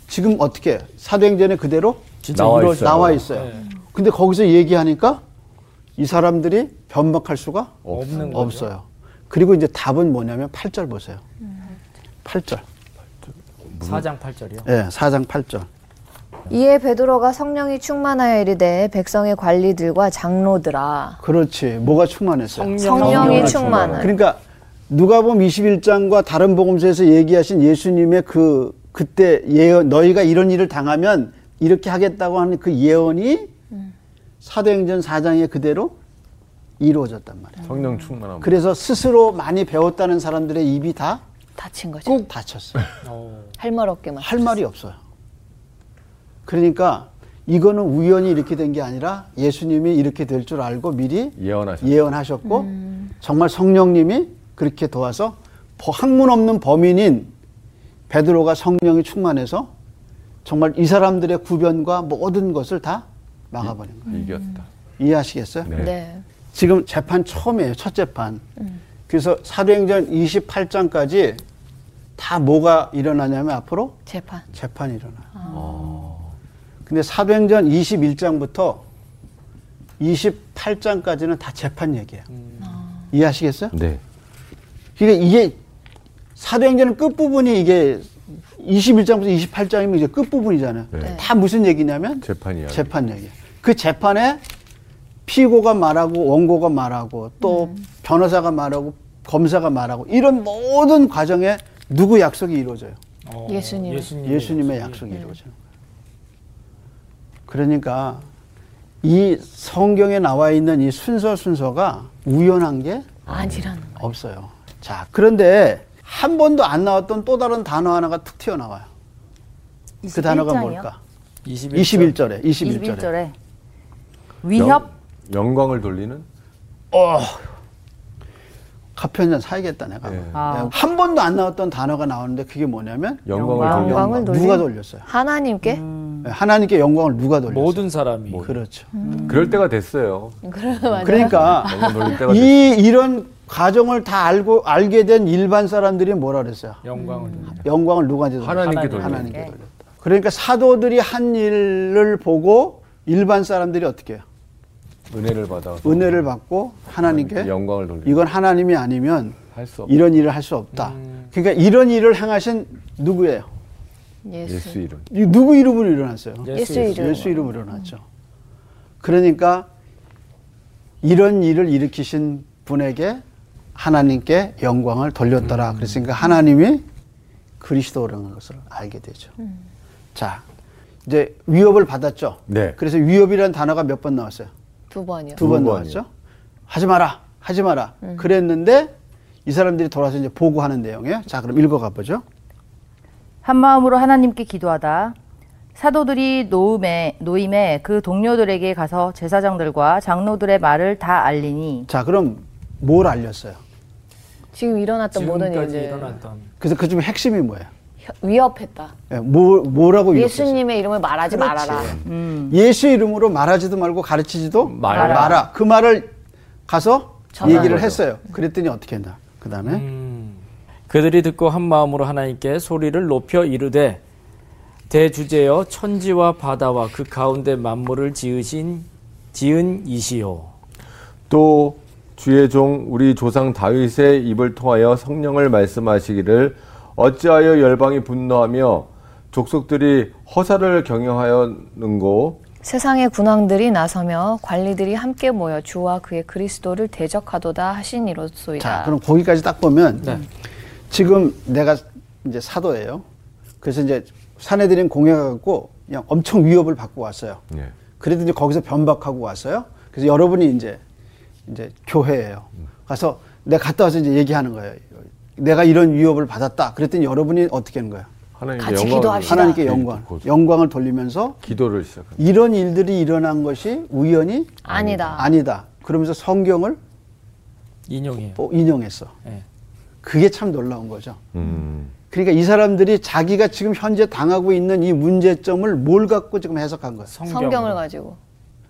[SPEAKER 4] 지금 어떻게 해요? 사도행전에 그대로
[SPEAKER 5] 진짜
[SPEAKER 2] 나와
[SPEAKER 5] 이루어져.
[SPEAKER 2] 있어요.
[SPEAKER 4] 나와 있어요.
[SPEAKER 5] 네.
[SPEAKER 4] 근데 거기서 얘기하니까 이 사람들이 변박할 수가
[SPEAKER 5] 없는 거죠.
[SPEAKER 4] 없어요. 그리고 이제 답은 뭐냐면 8절 보세요. 8절.
[SPEAKER 5] 사장 8절이요.
[SPEAKER 4] 예, 4장 8절.
[SPEAKER 6] 이에 베드로가 성령이 충만하여 이르되 백성의 관리들과 장로들아
[SPEAKER 4] 그렇지. 뭐가 충만했어요?
[SPEAKER 5] 성령.
[SPEAKER 6] 성령이
[SPEAKER 5] 성령이
[SPEAKER 1] 네.
[SPEAKER 6] 충만하여
[SPEAKER 4] 그러니까 누가복음 21장과 다른 복음서에서 얘기하신 예수님의 그 그때 예언 너희가 이런 일을 당하면 이렇게 하겠다고 하는 그 예언이 사도행전 4장에 그대로 이루어졌단 말이에요.
[SPEAKER 2] 성령 충만함.
[SPEAKER 4] 그래서 스스로 많이 배웠다는 사람들의 입이 다 꾹
[SPEAKER 1] 다친 거죠.
[SPEAKER 4] 닫혔어요.
[SPEAKER 1] 할 말 없게만.
[SPEAKER 4] 할 말이 없어요. 그러니까 이거는 우연히 이렇게 된 게 아니라 예수님이 이렇게 될 줄 알고 미리
[SPEAKER 2] 예언하셨죠.
[SPEAKER 4] 예언하셨고 정말 성령님이 그렇게 도와서 보- 학문 없는 범인인 베드로가 성령이 충만해서 정말 이 사람들의 구변과 모든 것을 다 막아버린
[SPEAKER 2] 음.
[SPEAKER 4] 거예요.
[SPEAKER 2] 이겼다.
[SPEAKER 4] 이해하시겠어요?
[SPEAKER 6] 네.
[SPEAKER 4] 지금 재판 처음이에요. 첫 재판. 그래서 사도행전 28장까지 다 뭐가 일어나냐면 앞으로
[SPEAKER 1] 재판.
[SPEAKER 4] 재판이 일어나요. 근데 사도행전 21장부터 28장까지는 다 재판 얘기예요.
[SPEAKER 2] 음.
[SPEAKER 4] 이해하시겠어요?
[SPEAKER 2] 네.
[SPEAKER 4] 그러 이게 사도행전은 끝부분이 이게 21장부터 28장이면 이제 끝부분이잖아요.
[SPEAKER 2] 네.
[SPEAKER 4] 다 무슨 얘기냐면
[SPEAKER 2] 재판 이야기.
[SPEAKER 4] 재판 얘기. 그 재판에 피고가 말하고 원고가 말하고 또 변호사가 말하고 검사가 말하고 이런 모든 과정에 누구 약속이 이루어져요?
[SPEAKER 5] 어,
[SPEAKER 1] 예수님.
[SPEAKER 5] 예수님의
[SPEAKER 4] 예수님의 약속이 이루어지는 거예요. 그러니까 이 성경에 나와 있는 이 순서 순서가 우연한 게
[SPEAKER 1] 아니라는.
[SPEAKER 4] 없어요. 자, 그런데 한 번도 안 나왔던 또 다른 단어 하나가 툭 튀어나와요. 그 단어가
[SPEAKER 3] 21장이요?
[SPEAKER 4] 뭘까?
[SPEAKER 5] 21절.
[SPEAKER 4] 21절에, 21절에.
[SPEAKER 3] 21절에 위협
[SPEAKER 2] 영, 광을 돌리는
[SPEAKER 4] 어, 가편전 사야겠다, 내가.
[SPEAKER 5] 네.
[SPEAKER 4] 네,
[SPEAKER 2] 예.
[SPEAKER 3] 아.
[SPEAKER 4] 한 번도 안 나왔던 단어가 나오는데 그게 뭐냐면
[SPEAKER 2] 영광을
[SPEAKER 3] 영광.
[SPEAKER 2] 돌리는
[SPEAKER 6] 영광을 돌리
[SPEAKER 4] 누가 돌렸어요?
[SPEAKER 6] 하나님께
[SPEAKER 4] 네, 하나님께 영광을 누가 돌렸어요?
[SPEAKER 5] 모든 사람이
[SPEAKER 4] 그렇죠.
[SPEAKER 2] 그럴 때가 됐어요.
[SPEAKER 4] 그러니까
[SPEAKER 2] 영광 돌릴 때가 됐어요.
[SPEAKER 4] 이 이런 과정을 다 알고 알게 된 일반 사람들이 뭐라 그랬어요?
[SPEAKER 5] 영광을 돌려.
[SPEAKER 4] 영광을 누구한테 돌렸어요?
[SPEAKER 2] 하나님께 돌리는
[SPEAKER 4] 하나님께 돌렸다. 그러니까 사도들이 한 일을 보고 일반 사람들이 어떻게 해요?
[SPEAKER 2] 은혜를 받아
[SPEAKER 4] 은혜를 받고 하나님께
[SPEAKER 2] 영광을 돌리는
[SPEAKER 4] 이건 하나님이 아니면
[SPEAKER 2] 할수 없.
[SPEAKER 4] 이런 일을 할 수 없다.
[SPEAKER 2] 음.
[SPEAKER 4] 그러니까 이런 일을 행하신 누구예요?
[SPEAKER 1] 예수.
[SPEAKER 2] 예수 이름.
[SPEAKER 4] 이 누구 이름으로 일어났어요?
[SPEAKER 1] 예수 이름.
[SPEAKER 4] 예수 이름으로 일어났죠. 그러니까 이런 일을 일으키신 분에게 하나님께 영광을 돌렸더라. 그랬으니까 하나님이 그리스도라는 것을 알게 되죠. 자, 이제 위협을 받았죠.
[SPEAKER 2] 네.
[SPEAKER 4] 그래서 위협이라는 단어가 몇 번 나왔어요?
[SPEAKER 1] 두 번이요.
[SPEAKER 4] 두 번
[SPEAKER 2] 번이요.
[SPEAKER 4] 나왔죠. 하지 마라, 하지 마라. 그랬는데 이 사람들이 돌아서 이제 보고하는 내용이에요. 자, 그럼 읽어가 보죠.
[SPEAKER 3] 한 마음으로 하나님께 기도하다 사도들이 노음에 노임에 그 동료들에게 가서 제사장들과 장로들의 말을 다 알리니
[SPEAKER 4] 자, 그럼 뭘 알렸어요?
[SPEAKER 1] 지금 일어났던 모든
[SPEAKER 5] 지금까지
[SPEAKER 1] 일들
[SPEAKER 5] 일어났던
[SPEAKER 4] 그래서 그 중에 핵심이 뭐예요?
[SPEAKER 1] 혀- 위협했다.
[SPEAKER 4] 예, 뭐, 뭐라고 예수님.
[SPEAKER 1] 예수님의 이름을 말하지 말아라.
[SPEAKER 4] 예수 이름으로 말하지도 말고 가르치지도
[SPEAKER 2] 말아라.
[SPEAKER 4] 말아. 그 말을 가서
[SPEAKER 1] 전하는
[SPEAKER 4] 얘기를
[SPEAKER 2] 거죠.
[SPEAKER 4] 했어요. 그랬더니 어떻게 했나? 그 다음에
[SPEAKER 5] 그들이 듣고 한 마음으로 하나님께 소리를 높여 이르되 대주제여 천지와 바다와 그 가운데 만물을 지으신 지은 이시요
[SPEAKER 2] 또 주의 종 우리 조상 다윗의 입을 통하여 성령을 말씀하시기를 어찌하여 열방이 분노하며 족속들이 허사를 경영하였는고
[SPEAKER 6] 세상의 군왕들이 나서며 관리들이 함께 모여 주와 그의 그리스도를 대적하도다
[SPEAKER 4] 자,
[SPEAKER 6] 하시니로소이다.
[SPEAKER 4] 그럼 거기까지 딱 보면
[SPEAKER 5] 네.
[SPEAKER 4] 지금 내가 이제 사도예요. 그래서 이제 사내들인 공약하고 그냥 엄청 위협을 받고 왔어요.
[SPEAKER 2] 예.
[SPEAKER 4] 그래도 이제 거기서 변박하고 왔어요. 그래서 여러분이 이제 이제 교회예요. 가서 내가 갔다 와서 이제 얘기하는 거예요. 내가 이런 위협을 받았다. 그랬더니 여러분이 어떻게 하는 거예요?
[SPEAKER 2] 하나님께
[SPEAKER 1] 같이
[SPEAKER 2] 영광을
[SPEAKER 1] 기도합시다.
[SPEAKER 4] 하나님께
[SPEAKER 2] 네,
[SPEAKER 4] 영광, 영광을 돌리면서
[SPEAKER 2] 기도를 시작합니다.
[SPEAKER 4] 이런 일들이 일어난 것이 우연이
[SPEAKER 1] 아니다.
[SPEAKER 4] 아니다. 그러면서 성경을
[SPEAKER 5] 인용해요.
[SPEAKER 4] 또 인용했어.
[SPEAKER 5] 예.
[SPEAKER 4] 그게 참 놀라운 거죠.
[SPEAKER 2] 음.
[SPEAKER 4] 그러니까 이 사람들이 자기가 지금 현재 당하고 있는 이 문제점을 뭘 갖고 지금 해석한 거예요?
[SPEAKER 1] 성경을 가지고.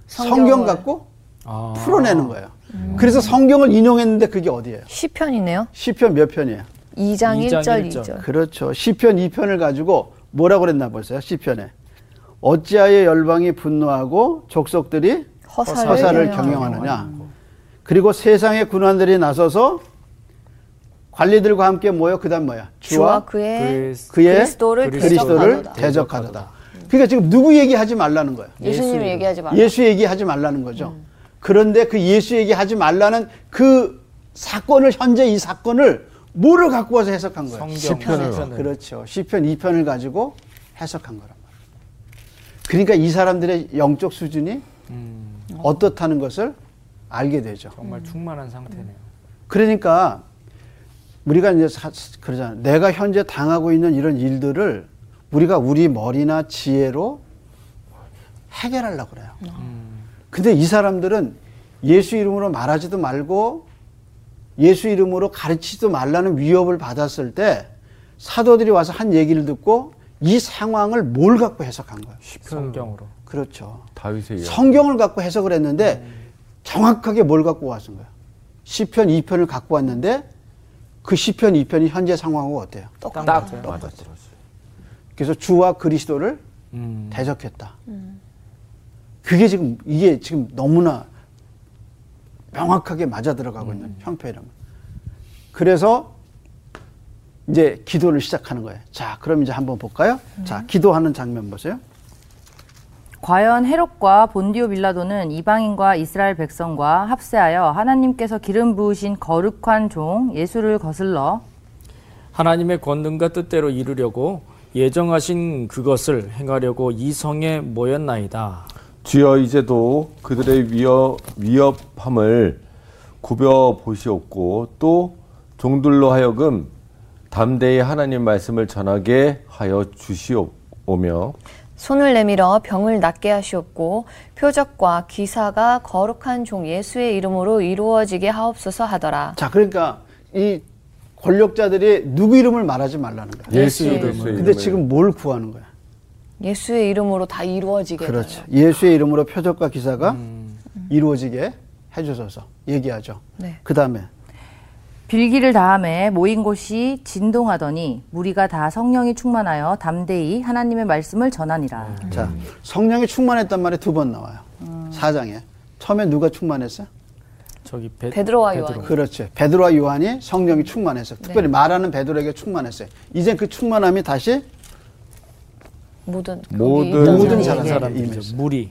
[SPEAKER 4] 성경
[SPEAKER 1] 성경을. 음.
[SPEAKER 4] 갖고
[SPEAKER 5] 아.
[SPEAKER 4] 풀어내는 거예요. 그래서 성경을 인용했는데 그게 어디예요?
[SPEAKER 6] 시편이네요.
[SPEAKER 4] 시편 몇 편이에요?
[SPEAKER 6] 2장
[SPEAKER 5] 이장
[SPEAKER 6] 1절
[SPEAKER 5] 일절.
[SPEAKER 1] 네.
[SPEAKER 6] 2절.
[SPEAKER 4] 그렇죠. 시편 2편을 가지고 뭐라고 그랬나 보세요. 시편에 어찌하여 열방이 분노하고 족속들이
[SPEAKER 6] 허사를
[SPEAKER 4] 허사를
[SPEAKER 6] 경영하느냐.
[SPEAKER 4] 경영하느냐. 그리고 세상의 군환들이 나서서 관리들과 함께 모여 그다음 뭐야?
[SPEAKER 6] 주와
[SPEAKER 4] 주와
[SPEAKER 6] 그의
[SPEAKER 5] 그리스-
[SPEAKER 4] 그의
[SPEAKER 6] 그리스도를
[SPEAKER 4] 그리스도를
[SPEAKER 6] 대적하도다.
[SPEAKER 4] 대적하도다. 그러니까 지금 누구 얘기하지 말라는 거야.
[SPEAKER 1] 예수님 을 얘기하지 마.
[SPEAKER 4] 예수 얘기하지 말라는 거죠. 그런데 그 예수 얘기하지 말라는 그 사건을 현재 이 사건을 뭐를 갖고 와서 해석한 거예요?
[SPEAKER 5] 시편을 시편을.
[SPEAKER 4] 그렇죠. 시편 2편을 가지고 해석한 거란 말이에요. 그러니까 이 사람들의 영적 수준이
[SPEAKER 5] 음.
[SPEAKER 4] 어떻다는 것을 알게 되죠.
[SPEAKER 5] 정말 충만한 상태네요.
[SPEAKER 4] 음. 그러니까 우리가 이제 사- 그러잖아요. 내가 현재 당하고 있는 이런 일들을 우리가 우리 머리나 지혜로 해결하려고 그래요. 근데 이 사람들은 예수 이름으로 말하지도 말고 예수 이름으로 가르치지도 말라는 위협을 받았을 때 사도들이 와서 한 얘기를 듣고 이 상황을 뭘 갖고 해석한 거예요?
[SPEAKER 5] 성경으로.
[SPEAKER 4] 그렇죠.
[SPEAKER 2] 다윗의 이야기.
[SPEAKER 4] 성경을 갖고 해석을 했는데 정확하게 뭘 갖고 왔은 거야? 시편 2편을 갖고 왔는데 그 시편 2편이 현재 상황하고 어때요?
[SPEAKER 5] 똑같아요.
[SPEAKER 4] 똑같아요. 그래서 주와 그리스도를
[SPEAKER 5] 음.
[SPEAKER 4] 대적했다. 그게 지금 이게 지금 너무나 명확하게 맞아 들어가고
[SPEAKER 5] 음.
[SPEAKER 4] 있는 형편이란 말이야. 그래서 이제 기도를 시작하는 거예요. 자, 그럼 이제 한번 볼까요?
[SPEAKER 5] 음.
[SPEAKER 4] 자, 기도하는 장면 보세요.
[SPEAKER 3] 과연 헤롯과 본디오 빌라도는 이방인과 이스라엘 백성과 합세하여 하나님께서 기름 부으신 거룩한 종 예수를 거슬러
[SPEAKER 5] 하나님의 권능과 뜻대로 이루려고 예정하신 그것을 행하려고 이 성에 모였나이다.
[SPEAKER 2] 주여 이제도 그들의 위협, 위협함을 굽여 보시옵고 또 종들로 하여금 담대히 하나님 말씀을 전하게 하여 주시옵오며
[SPEAKER 6] 손을 내밀어 병을 낫게 하시옵고 표적과 기사가 거룩한 종 예수의 이름으로 이루어지게 하옵소서 하더라.
[SPEAKER 4] 자, 그러니까 이 권력자들이 누구 이름을 말하지 말라는 거야.
[SPEAKER 2] 예수
[SPEAKER 4] 근데
[SPEAKER 2] 이름을
[SPEAKER 4] 지금 뭘 구하는 거야?
[SPEAKER 1] 예수의 이름으로 다 이루어지게.
[SPEAKER 4] 그렇죠. 예수의 이름으로 표적과 기사가 이루어지게 해주셔서 얘기하죠.
[SPEAKER 6] 네.
[SPEAKER 4] 그 다음에
[SPEAKER 3] 빌기를 다함에 모인 곳이 진동하더니 무리가 다 성령이 충만하여 담대히 하나님의 말씀을 전하니라.
[SPEAKER 4] 자 성령이 충만했단 말이 두 번 나와요. 사장에 처음에 누가 충만했어요?
[SPEAKER 5] 저기 베,
[SPEAKER 1] 베드로와 요한.
[SPEAKER 4] 그렇죠. 베드로와 요한이 성령이 충만했어요. 특별히 말하는 베드로에게 충만했어요. 이제 그 충만함이 다시
[SPEAKER 1] 모든 거기
[SPEAKER 2] 모든
[SPEAKER 1] 있던
[SPEAKER 4] 모든
[SPEAKER 1] 사람에게.
[SPEAKER 4] 사람.
[SPEAKER 5] 사람들이죠.
[SPEAKER 4] 이미지.
[SPEAKER 5] 무리.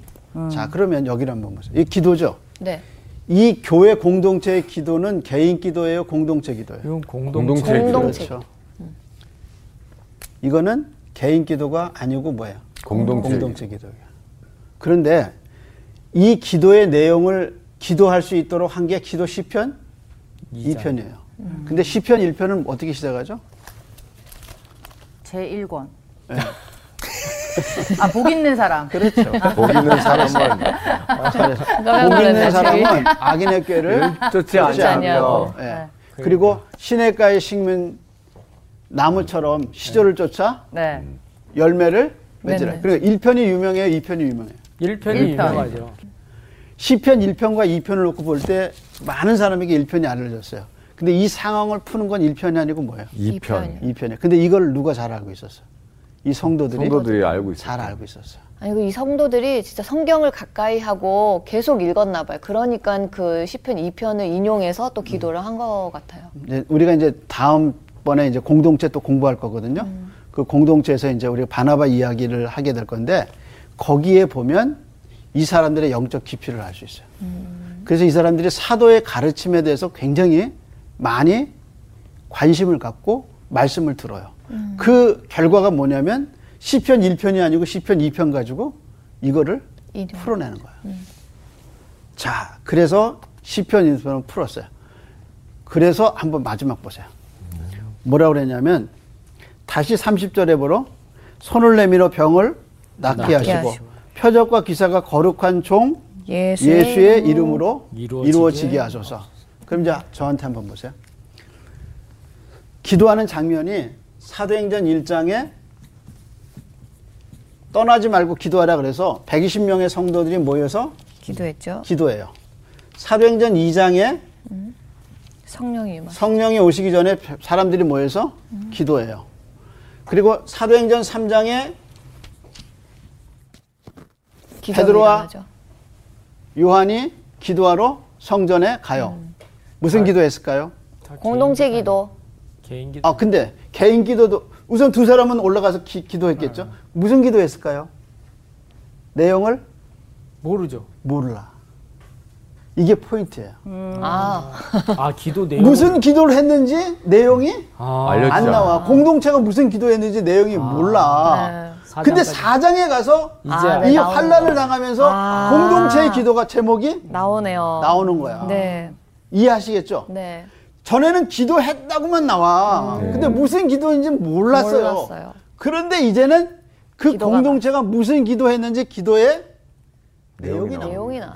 [SPEAKER 4] 자 그러면 여기를 한번 보세요. 이 기도죠.
[SPEAKER 1] 네.
[SPEAKER 4] 이 교회 공동체의 기도는 개인 기도예요, 공동체 기도예요.
[SPEAKER 5] 이건
[SPEAKER 2] 공동체.
[SPEAKER 5] 공동체. 음.
[SPEAKER 1] 공동체.
[SPEAKER 4] 그렇죠. 이거는 개인 기도가 아니고 뭐예요?
[SPEAKER 2] 공동체
[SPEAKER 4] 기도예요. 그런데 이 기도의 내용을 기도할 수 있도록 한 게 기도 시편
[SPEAKER 5] 이 장.
[SPEAKER 4] 2편이에요.
[SPEAKER 5] 음.
[SPEAKER 4] 근데 시편 1편은 어떻게 시작하죠?
[SPEAKER 3] 제 1권. 아, 복 있는 사람.
[SPEAKER 4] 그렇죠.
[SPEAKER 2] 아, 보기는 사람만
[SPEAKER 4] 복 있는 아, 사람은 악인의 꾀를
[SPEAKER 2] 쫓지
[SPEAKER 1] 아니하고.
[SPEAKER 2] 않으며
[SPEAKER 4] 예.
[SPEAKER 5] 네.
[SPEAKER 4] 그리고 시냇가에 식는 나무처럼 시조를 쫓아
[SPEAKER 3] 네.
[SPEAKER 4] 열매를 맺으라. 그리고 1편이 유명해요, 2편이 유명해요.
[SPEAKER 5] 1편이
[SPEAKER 3] 일편.
[SPEAKER 5] 유명하죠.
[SPEAKER 4] 시편 1편과 2편을 놓고 볼 때 많은 사람에게 1편이 알려졌어요. 근데 이 상황을 푸는 건 1편이 아니고 뭐예요?
[SPEAKER 2] 이편
[SPEAKER 4] 2편이에요. 근데 이걸 누가 잘 알고 있었어? 이 성도들이,
[SPEAKER 2] 성도들이 알고 있어요.
[SPEAKER 4] 잘 알고 있었어요.
[SPEAKER 1] 아니 그이 성도들이 진짜 성경을 가까이 하고 계속 읽었나 봐요. 그러니까 그 시편 2편을 인용해서 또 기도를 한 것 같아요.
[SPEAKER 4] 이제 우리가 이제 다음번에 이제 공동체 또 공부할 거거든요.
[SPEAKER 2] 음.
[SPEAKER 4] 그 공동체에서 이제 우리가 바나바 이야기를 하게 될 건데 거기에 보면 이 사람들의 영적 깊이를 알 수 있어요. 그래서 이 사람들이 사도의 가르침에 대해서 굉장히 많이 관심을 갖고 말씀을 들어요. 그 결과가 뭐냐면 시편 1편이 아니고 시편 2편 가지고 이거를 풀어내는 거예요. 자, 그래서 시편 1편은 풀었어요. 그래서 한번 마지막 보세요. 뭐라고 그랬냐면 다시 30절에 보러 손을 내밀어 병을 낫게 하시고
[SPEAKER 6] 하시고.
[SPEAKER 4] 표적과 기사가 거룩한 종
[SPEAKER 6] 예수의,
[SPEAKER 4] 예수의 이름으로
[SPEAKER 5] 이루어지게
[SPEAKER 4] 이루어지게 하소서. 그럼 이제 저한테 한번 보세요. 기도하는 장면이 사도행전 1장에 떠나지 말고 기도하라 그래서 120명의 성도들이 모여서
[SPEAKER 6] 기도했죠.
[SPEAKER 4] 기도해요. 사도행전 2장에
[SPEAKER 6] 성령이 임하.
[SPEAKER 4] 성령이 오시기 전에 사람들이 모여서 기도해요. 그리고 사도행전 3장에
[SPEAKER 6] 기적이
[SPEAKER 4] 베드로와
[SPEAKER 6] 일어나죠.
[SPEAKER 4] 요한이 기도하러 성전에 가요.
[SPEAKER 5] 아,
[SPEAKER 4] 무슨 기도했을까요?
[SPEAKER 1] 공동체 기도.
[SPEAKER 5] 개인기
[SPEAKER 4] 아 근데 개인 기도도 우선 두 사람은 올라가서 기, 기도했겠죠.
[SPEAKER 5] 네.
[SPEAKER 4] 무슨 기도했을까요? 내용을
[SPEAKER 5] 모르죠.
[SPEAKER 4] 몰라. 이게 포인트예요.
[SPEAKER 1] 아,
[SPEAKER 5] 아 기도 내용
[SPEAKER 4] 무슨 기도를 했는지 내용이
[SPEAKER 5] 아,
[SPEAKER 2] 알려-
[SPEAKER 4] 안
[SPEAKER 2] 그렇죠.
[SPEAKER 4] 나와. 공동체가 무슨 기도했는지 내용이 몰라.
[SPEAKER 5] 네.
[SPEAKER 4] 근데
[SPEAKER 5] 사장까지.
[SPEAKER 4] 4장에 가서
[SPEAKER 5] 이제 아,
[SPEAKER 4] 이
[SPEAKER 6] 네, 나오는
[SPEAKER 4] 환란을 당하면서
[SPEAKER 6] 아.
[SPEAKER 4] 공동체의 기도가 제목이
[SPEAKER 6] 나오네요.
[SPEAKER 4] 나오는 거야.
[SPEAKER 6] 네.
[SPEAKER 4] 이해하시겠죠?
[SPEAKER 6] 네.
[SPEAKER 4] 전에는 기도했다고만 나와. 근데 무슨 기도인지 몰랐어요.
[SPEAKER 6] 몰랐어요.
[SPEAKER 4] 그런데 이제는 그
[SPEAKER 6] 기도가
[SPEAKER 4] 공동체가 무슨 기도했는지 기도에
[SPEAKER 2] 내용이
[SPEAKER 4] 내용이, 나와.
[SPEAKER 6] 내용이 나.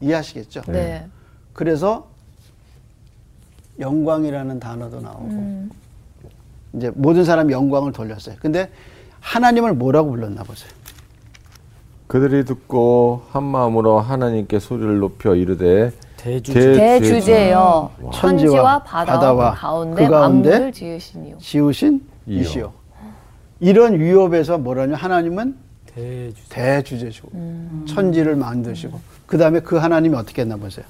[SPEAKER 4] 이해하시겠죠?
[SPEAKER 6] 네.
[SPEAKER 4] 그래서 영광이라는 단어도 나오고
[SPEAKER 6] 음.
[SPEAKER 4] 이제 모든 사람 영광을 돌렸어요. 근데 하나님을 뭐라고 불렀나 보세요.
[SPEAKER 2] 그들이 듣고 한 마음으로 하나님께 소리를 높여 이르되
[SPEAKER 5] 대주제.
[SPEAKER 6] 대주제요.
[SPEAKER 4] 천지와
[SPEAKER 6] 천지와 바다와,
[SPEAKER 4] 바다와
[SPEAKER 6] 그 가운데
[SPEAKER 4] 그 가운데
[SPEAKER 6] 만물을 지으시니요.
[SPEAKER 4] 지으신
[SPEAKER 2] 이요.
[SPEAKER 4] 이시요. 이런 위협에서 뭐라냐 하나님은
[SPEAKER 5] 대주제.
[SPEAKER 4] 대주제시고 천지를 만드시고 그 다음에 그 하나님이 어떻게 했나 보세요.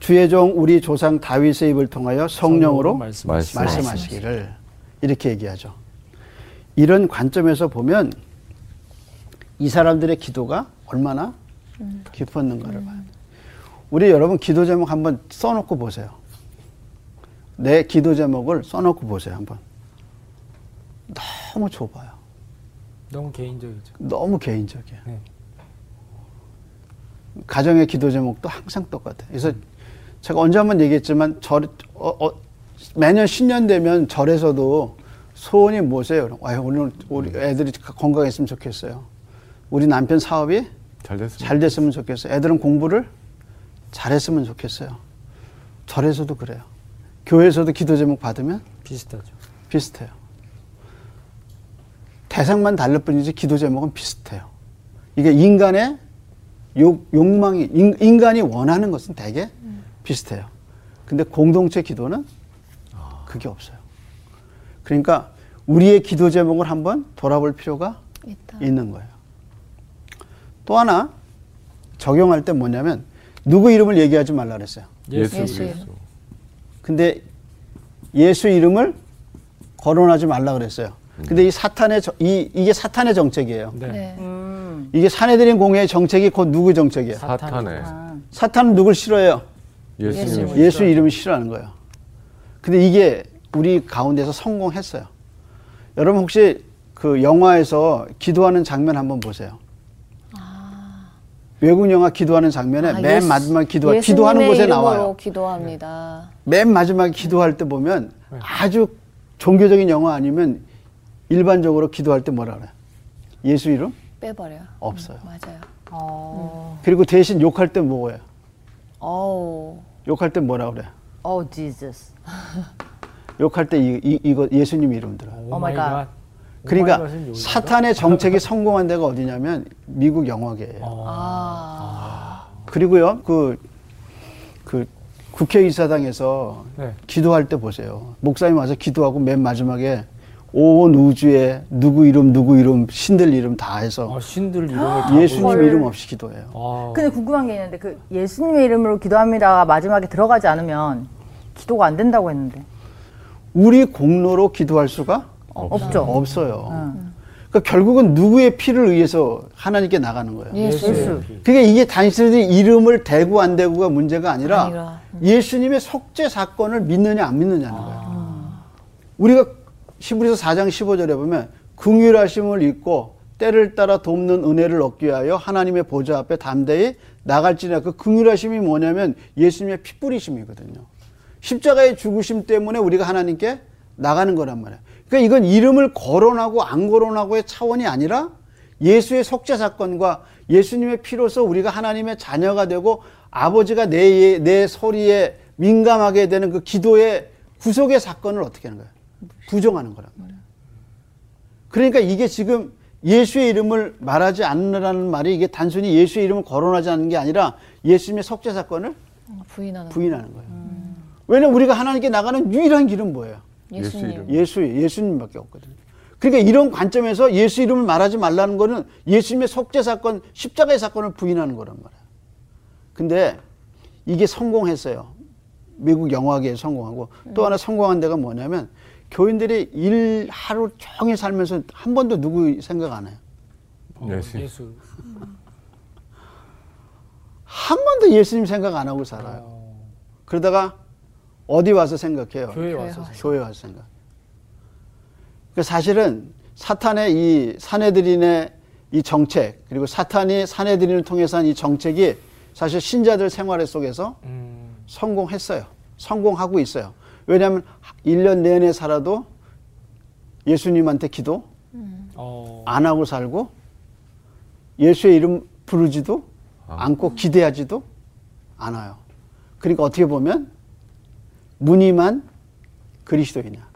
[SPEAKER 4] 주의 종 우리 조상 다윗의 입을 통하여 성령으로
[SPEAKER 5] 말씀.
[SPEAKER 2] 말씀.
[SPEAKER 4] 말씀하시기를 이렇게 얘기하죠. 이런 관점에서 보면 이 사람들의 기도가 얼마나 깊었는가를 봐요. 우리 여러분 기도 제목 한번 써놓고 보세요. 내 기도 제목을 써놓고 보세요 한번. 너무 좁아요.
[SPEAKER 5] 너무 개인적이죠.
[SPEAKER 4] 너무 개인적이에요.
[SPEAKER 5] 네.
[SPEAKER 4] 가정의 기도 제목도 항상 똑같아요. 그래서 제가 언제 한번 얘기했지만 절 어, 어, 매년 신년 되면 절에서도 소원이 뭐세요? 그럼, 아유 오늘 우리 애들이 건강했으면 좋겠어요. 우리 남편 사업이
[SPEAKER 2] 잘 됐습니다.
[SPEAKER 4] 잘 됐으면 좋겠어요. 애들은 공부를 잘했으면 좋겠어요. 절에서도 그래요. 교회에서도 기도 제목 받으면
[SPEAKER 5] 비슷하죠.
[SPEAKER 4] 비슷해요. 대상만 다를 뿐이지 기도 제목은 비슷해요. 이게 인간의 욕, 욕망이 인, 인간이 원하는 것은 되게 비슷해요. 근데 공동체 기도는 그게 없어요. 그러니까 우리의 기도 제목을 한번 돌아볼 필요가
[SPEAKER 6] 있다.
[SPEAKER 1] 네.
[SPEAKER 4] 있는 거예요. 또 하나 적용할 때 뭐냐면 누구 이름을 얘기하지 말라 그랬어요.
[SPEAKER 2] 예수
[SPEAKER 6] 예수.
[SPEAKER 2] 그리스도
[SPEAKER 4] 근데 예수 이름을 거론하지 말라 그랬어요. 근데 이 사탄의 저- 이 이게 사탄의 정책이에요.
[SPEAKER 5] 네.
[SPEAKER 6] 네.
[SPEAKER 4] 이게 사내들인 공회의 정책이 곧 누구 정책이에요?
[SPEAKER 2] 사탄의
[SPEAKER 3] 아.
[SPEAKER 4] 사탄은 누굴 싫어해요?
[SPEAKER 2] 예수님
[SPEAKER 4] 예수 이름을 싫어하는 거예요. 근데 이게 우리 가운데서 성공했어요. 여러분 혹시 그 영화에서 기도하는 장면 한번 보세요. 외국 영화 기도하는 장면에
[SPEAKER 6] 아,
[SPEAKER 4] 맨
[SPEAKER 6] 예수-
[SPEAKER 4] 마지막 기도
[SPEAKER 6] 예수님의
[SPEAKER 4] 기도하는 곳에
[SPEAKER 6] 이름으로
[SPEAKER 4] 나와요.
[SPEAKER 6] 기도합니다.
[SPEAKER 4] 맨 마지막에 기도할 때 보면 아주 종교적인 영화 아니면 일반적으로 기도할 때 뭐라 그래요? 예수 이름?
[SPEAKER 6] 빼버려.
[SPEAKER 4] 네. 없어요.
[SPEAKER 6] 맞아요.
[SPEAKER 3] 어,
[SPEAKER 4] 그리고 대신 욕할 때 뭐예요?
[SPEAKER 6] 어우.
[SPEAKER 4] 욕할 때 뭐라 그래요?
[SPEAKER 3] 어, 지저스.
[SPEAKER 4] 욕할 때 이, 이, 이거 예수님 이름 들어요.
[SPEAKER 5] 오
[SPEAKER 3] 마이 갓.
[SPEAKER 4] 그러니까 사탄의 정책이 성공한 데가 어디냐면 미국 영화계예요.
[SPEAKER 5] 아.
[SPEAKER 4] 그리고요, 그, 그 국회의사당에서
[SPEAKER 5] 네.
[SPEAKER 4] 기도할 때 보세요. 목사님 와서 기도하고 맨 마지막에 온 우주에 누구 이름, 누구 이름, 신들 이름 다 해서
[SPEAKER 5] 아, 신들 이름을 다
[SPEAKER 4] 예수님 이름 없이 기도해요.
[SPEAKER 5] 모르- 아,
[SPEAKER 3] 근데 궁금한 게 있는데 그 예수님의 이름으로 기도합니다가 마지막에 들어가지 않으면 기도가 안 된다고 했는데
[SPEAKER 4] 우리 공로로 기도할 수가
[SPEAKER 3] 없죠.
[SPEAKER 4] 없어요. 그러니까 결국은 누구의 피를 위해서 하나님께 나가는 거예요.
[SPEAKER 5] 예수.
[SPEAKER 4] 그게 이게 단순히 이름을 대고 안 대고가 문제가 아니라,
[SPEAKER 6] 아니라.
[SPEAKER 4] 예수님의 속죄 사건을 믿느냐 안 믿느냐는 거예요. 우리가 히브리서 4장 15절에 보면 긍휼하심을 입고 때를 따라 돕는 은혜를 얻기 위하여 하나님의 보좌 앞에 담대히 나갈지라 그 긍휼하심이 뭐냐면 예수님의 피 뿌리심이거든요. 십자가의 죽으심 때문에 우리가 하나님께 나가는 거란 말이에요. 그러니까 이건 이름을 거론하고 안 거론하고의 차원이 아니라 예수의 속죄 사건과 예수님의 피로서 우리가 하나님의 자녀가 되고 아버지가 내, 예- 내 소리에 민감하게 되는 그 기도의 구속의 사건을 어떻게 하는 거예요? 부정하는 거란 말이에요. 그러니까 이게 지금 예수의 이름을 말하지 않으라는 말이 이게 단순히 예수의 이름을 거론하지 않는 게 아니라 예수님의 속죄 사건을
[SPEAKER 6] 음, 부인하는
[SPEAKER 4] 부인하는 거예요. 왜냐면 우리가 하나님께 나가는 유일한 길은 뭐예요?
[SPEAKER 2] 예수 이름
[SPEAKER 4] 네. 예수, 예수님밖에 없거든요. 그러니까 이런 관점에서 예수 이름을 말하지 말라는 거는 예수님의 속죄 사건, 십자가의 사건을 부인하는 거란 말이에요. 근데 이게 성공했어요. 미국 영화계에 성공하고 또 하나 성공한 데가 뭐냐면 교인들이 일 하루 종일 살면서 한 번도 누구 생각 안 해요.
[SPEAKER 2] 예수.
[SPEAKER 5] 어, 예수.
[SPEAKER 4] 한 번도 예수님 생각 안 하고 살아요. 그러다가 어디 와서 생각해요?
[SPEAKER 5] 어, 교회 와서.
[SPEAKER 4] 교회 와서 생각. 그 사실은 사탄의 이 사내들인의 이 정책 그리고 사탄이 사내들인을 통해서 한 이 정책이 사실 신자들 생활 속에서
[SPEAKER 5] 음,
[SPEAKER 4] 성공했어요. 성공하고 있어요. 왜냐하면 1년 내내 살아도 예수님한테 기도
[SPEAKER 5] 어,
[SPEAKER 4] 안 하고 살고 예수의 이름 부르지도 않고 기대하지도 않아요. 그러니까 어떻게 보면 무늬만 그리스도이냐.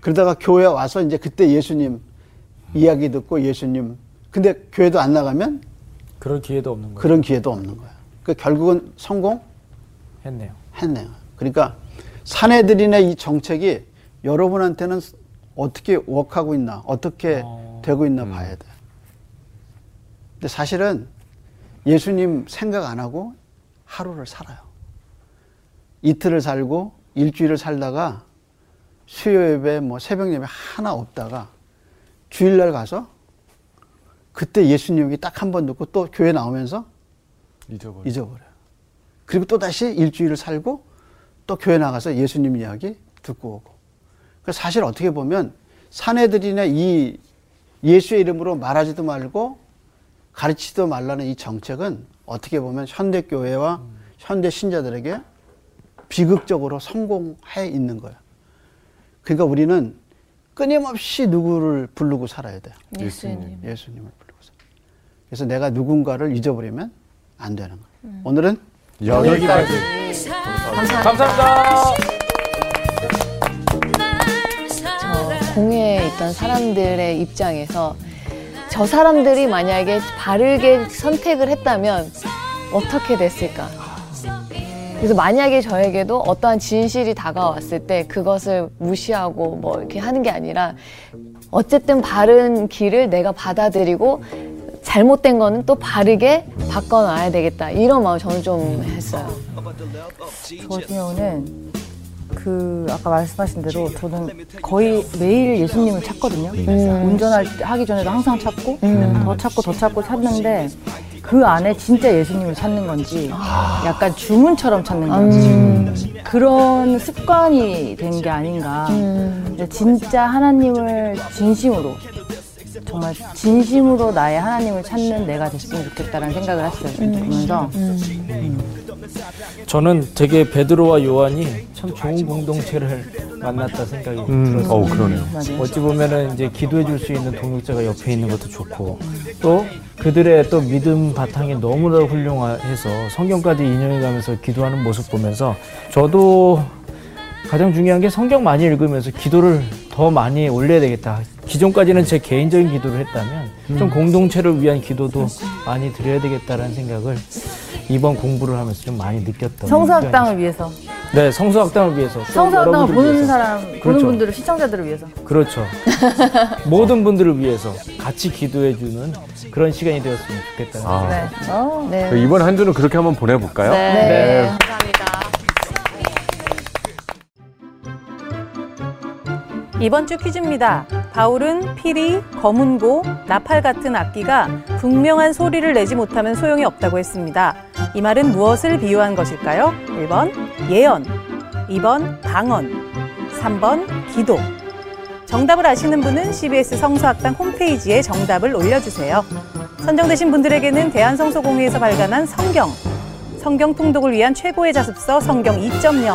[SPEAKER 4] 그러다가 교회 와서 이제 그때 예수님 이야기 듣고 예수님 근데 교회도 안 나가면
[SPEAKER 5] 그럴 기회도 없는 거예요.
[SPEAKER 4] 그런 기회도 없는 거야. 그 결국은 성공
[SPEAKER 5] 했네요.
[SPEAKER 4] 했네요. 그러니까 사내들인의 이 정책이 여러분한테는 어떻게 워크하고 있나, 어떻게
[SPEAKER 5] 어.
[SPEAKER 4] 되고
[SPEAKER 2] 음.
[SPEAKER 4] 있나 봐야 돼. 근데 사실은 예수님 생각 안 하고 하루를 살아요. 이틀을 살고 일주일을 살다가 수요 예배, 뭐 새벽 예배 하나 없다가 주일날 가서 그때 예수님 얘기 딱 한 번 듣고 또 교회 나오면서
[SPEAKER 2] 잊어버려.
[SPEAKER 4] 잊어버려요. 그리고 또 다시 일주일을 살고 또 교회 나가서 예수님 이야기 듣고 오고. 그 사실 어떻게 보면 사내들이나 이 예수의 이름으로 말하지도 말고 가르치지도 말라는 이 정책은 어떻게 보면 현대 교회와 현대 신자들에게 비극적으로 성공해 있는 거예요. 그러니까 우리는 끊임없이 누구를 부르고 살아야 돼요.
[SPEAKER 6] 예수님.
[SPEAKER 4] 예수님을 부르고 살아요. 그래서 내가 누군가를 잊어버리면 안 되는 거예요. 오늘은
[SPEAKER 2] 여기까지.
[SPEAKER 5] 감사합니다.
[SPEAKER 1] 저 공회에 있던 사람들의 입장에서 저 사람들이 만약에 바르게 선택을 했다면 어떻게 됐을까? 그래서 만약에 저에게도 어떠한 진실이 다가왔을 때 그것을 무시하고 뭐 이렇게 하는 게 아니라 어쨌든 바른 길을 내가 받아들이고 잘못된 거는 또 바르게 바꿔놔야 되겠다 이런 마음 저는 좀 했어요.
[SPEAKER 3] 저 같은 경우는 그 아까 말씀하신 대로 저는 거의 매일 예수님을 찾거든요. 운전할 때 하기 전에도 항상 찾고 더 찾고 더 찾고 찾는데 그 안에 진짜 예수님을 찾는 건지 약간 주문처럼 찾는 건지 그런 습관이 된 게 아닌가. 근데 진짜 하나님을 진심으로 정말 진심으로 나의 하나님을 찾는 내가 됐으면 좋겠다라는 생각을 했어요. 보면서
[SPEAKER 5] 저는 되게 베드로와 요한이 참 좋은 공동체를 만났다 생각이
[SPEAKER 2] 음,
[SPEAKER 5] 들었어요.
[SPEAKER 2] 어우, 그러네요.
[SPEAKER 5] 어찌 보면은 이제 기도해 줄 수 있는 동역자가 옆에 있는 것도 좋고 또 그들의 또 믿음 바탕이 너무나 훌륭해서 성경까지 인용해 가면서 기도하는 모습 보면서 저도 가장 중요한 게 성경 많이 읽으면서 기도를 더 많이 올려야 되겠다. 기존까지는 제 개인적인 기도를 했다면
[SPEAKER 3] 음.
[SPEAKER 5] 좀 공동체를 위한 기도도 많이 드려야 되겠다라는 생각을 이번 공부를 하면서 좀 많이 느꼈던
[SPEAKER 3] 성서학당을 위해서
[SPEAKER 5] 시간이죠. 네 성서학당을 위해서
[SPEAKER 3] 성사학당을
[SPEAKER 5] 여러분들을
[SPEAKER 3] 보는
[SPEAKER 5] 위해서.
[SPEAKER 3] 사람, 보는
[SPEAKER 5] 그렇죠.
[SPEAKER 3] 분들을 시청자들을 위해서.
[SPEAKER 5] 그렇죠. 모든 분들을 위해서 같이 기도해주는 그런 시간이 되었으면 좋겠다는
[SPEAKER 2] 아.
[SPEAKER 3] 네. 어. 네.
[SPEAKER 2] 그 이번 한 주는 그렇게 한번 보내볼까요?
[SPEAKER 1] 네.
[SPEAKER 7] 이번 주 퀴즈입니다. 바울은 피리, 검은고, 나팔 같은 악기가 분명한 소리를 내지 못하면 소용이 없다고 했습니다. 이 말은 무엇을 비유한 것일까요? 1번 예언, 2번 방언, 3번 기도. 정답을 아시는 분은 CBS 성서학당 홈페이지에 정답을 올려주세요. 선정되신 분들에게는 대한성서공회에서 발간한 성경, 성경 통독을 위한 최고의 자습서 성경 2.0,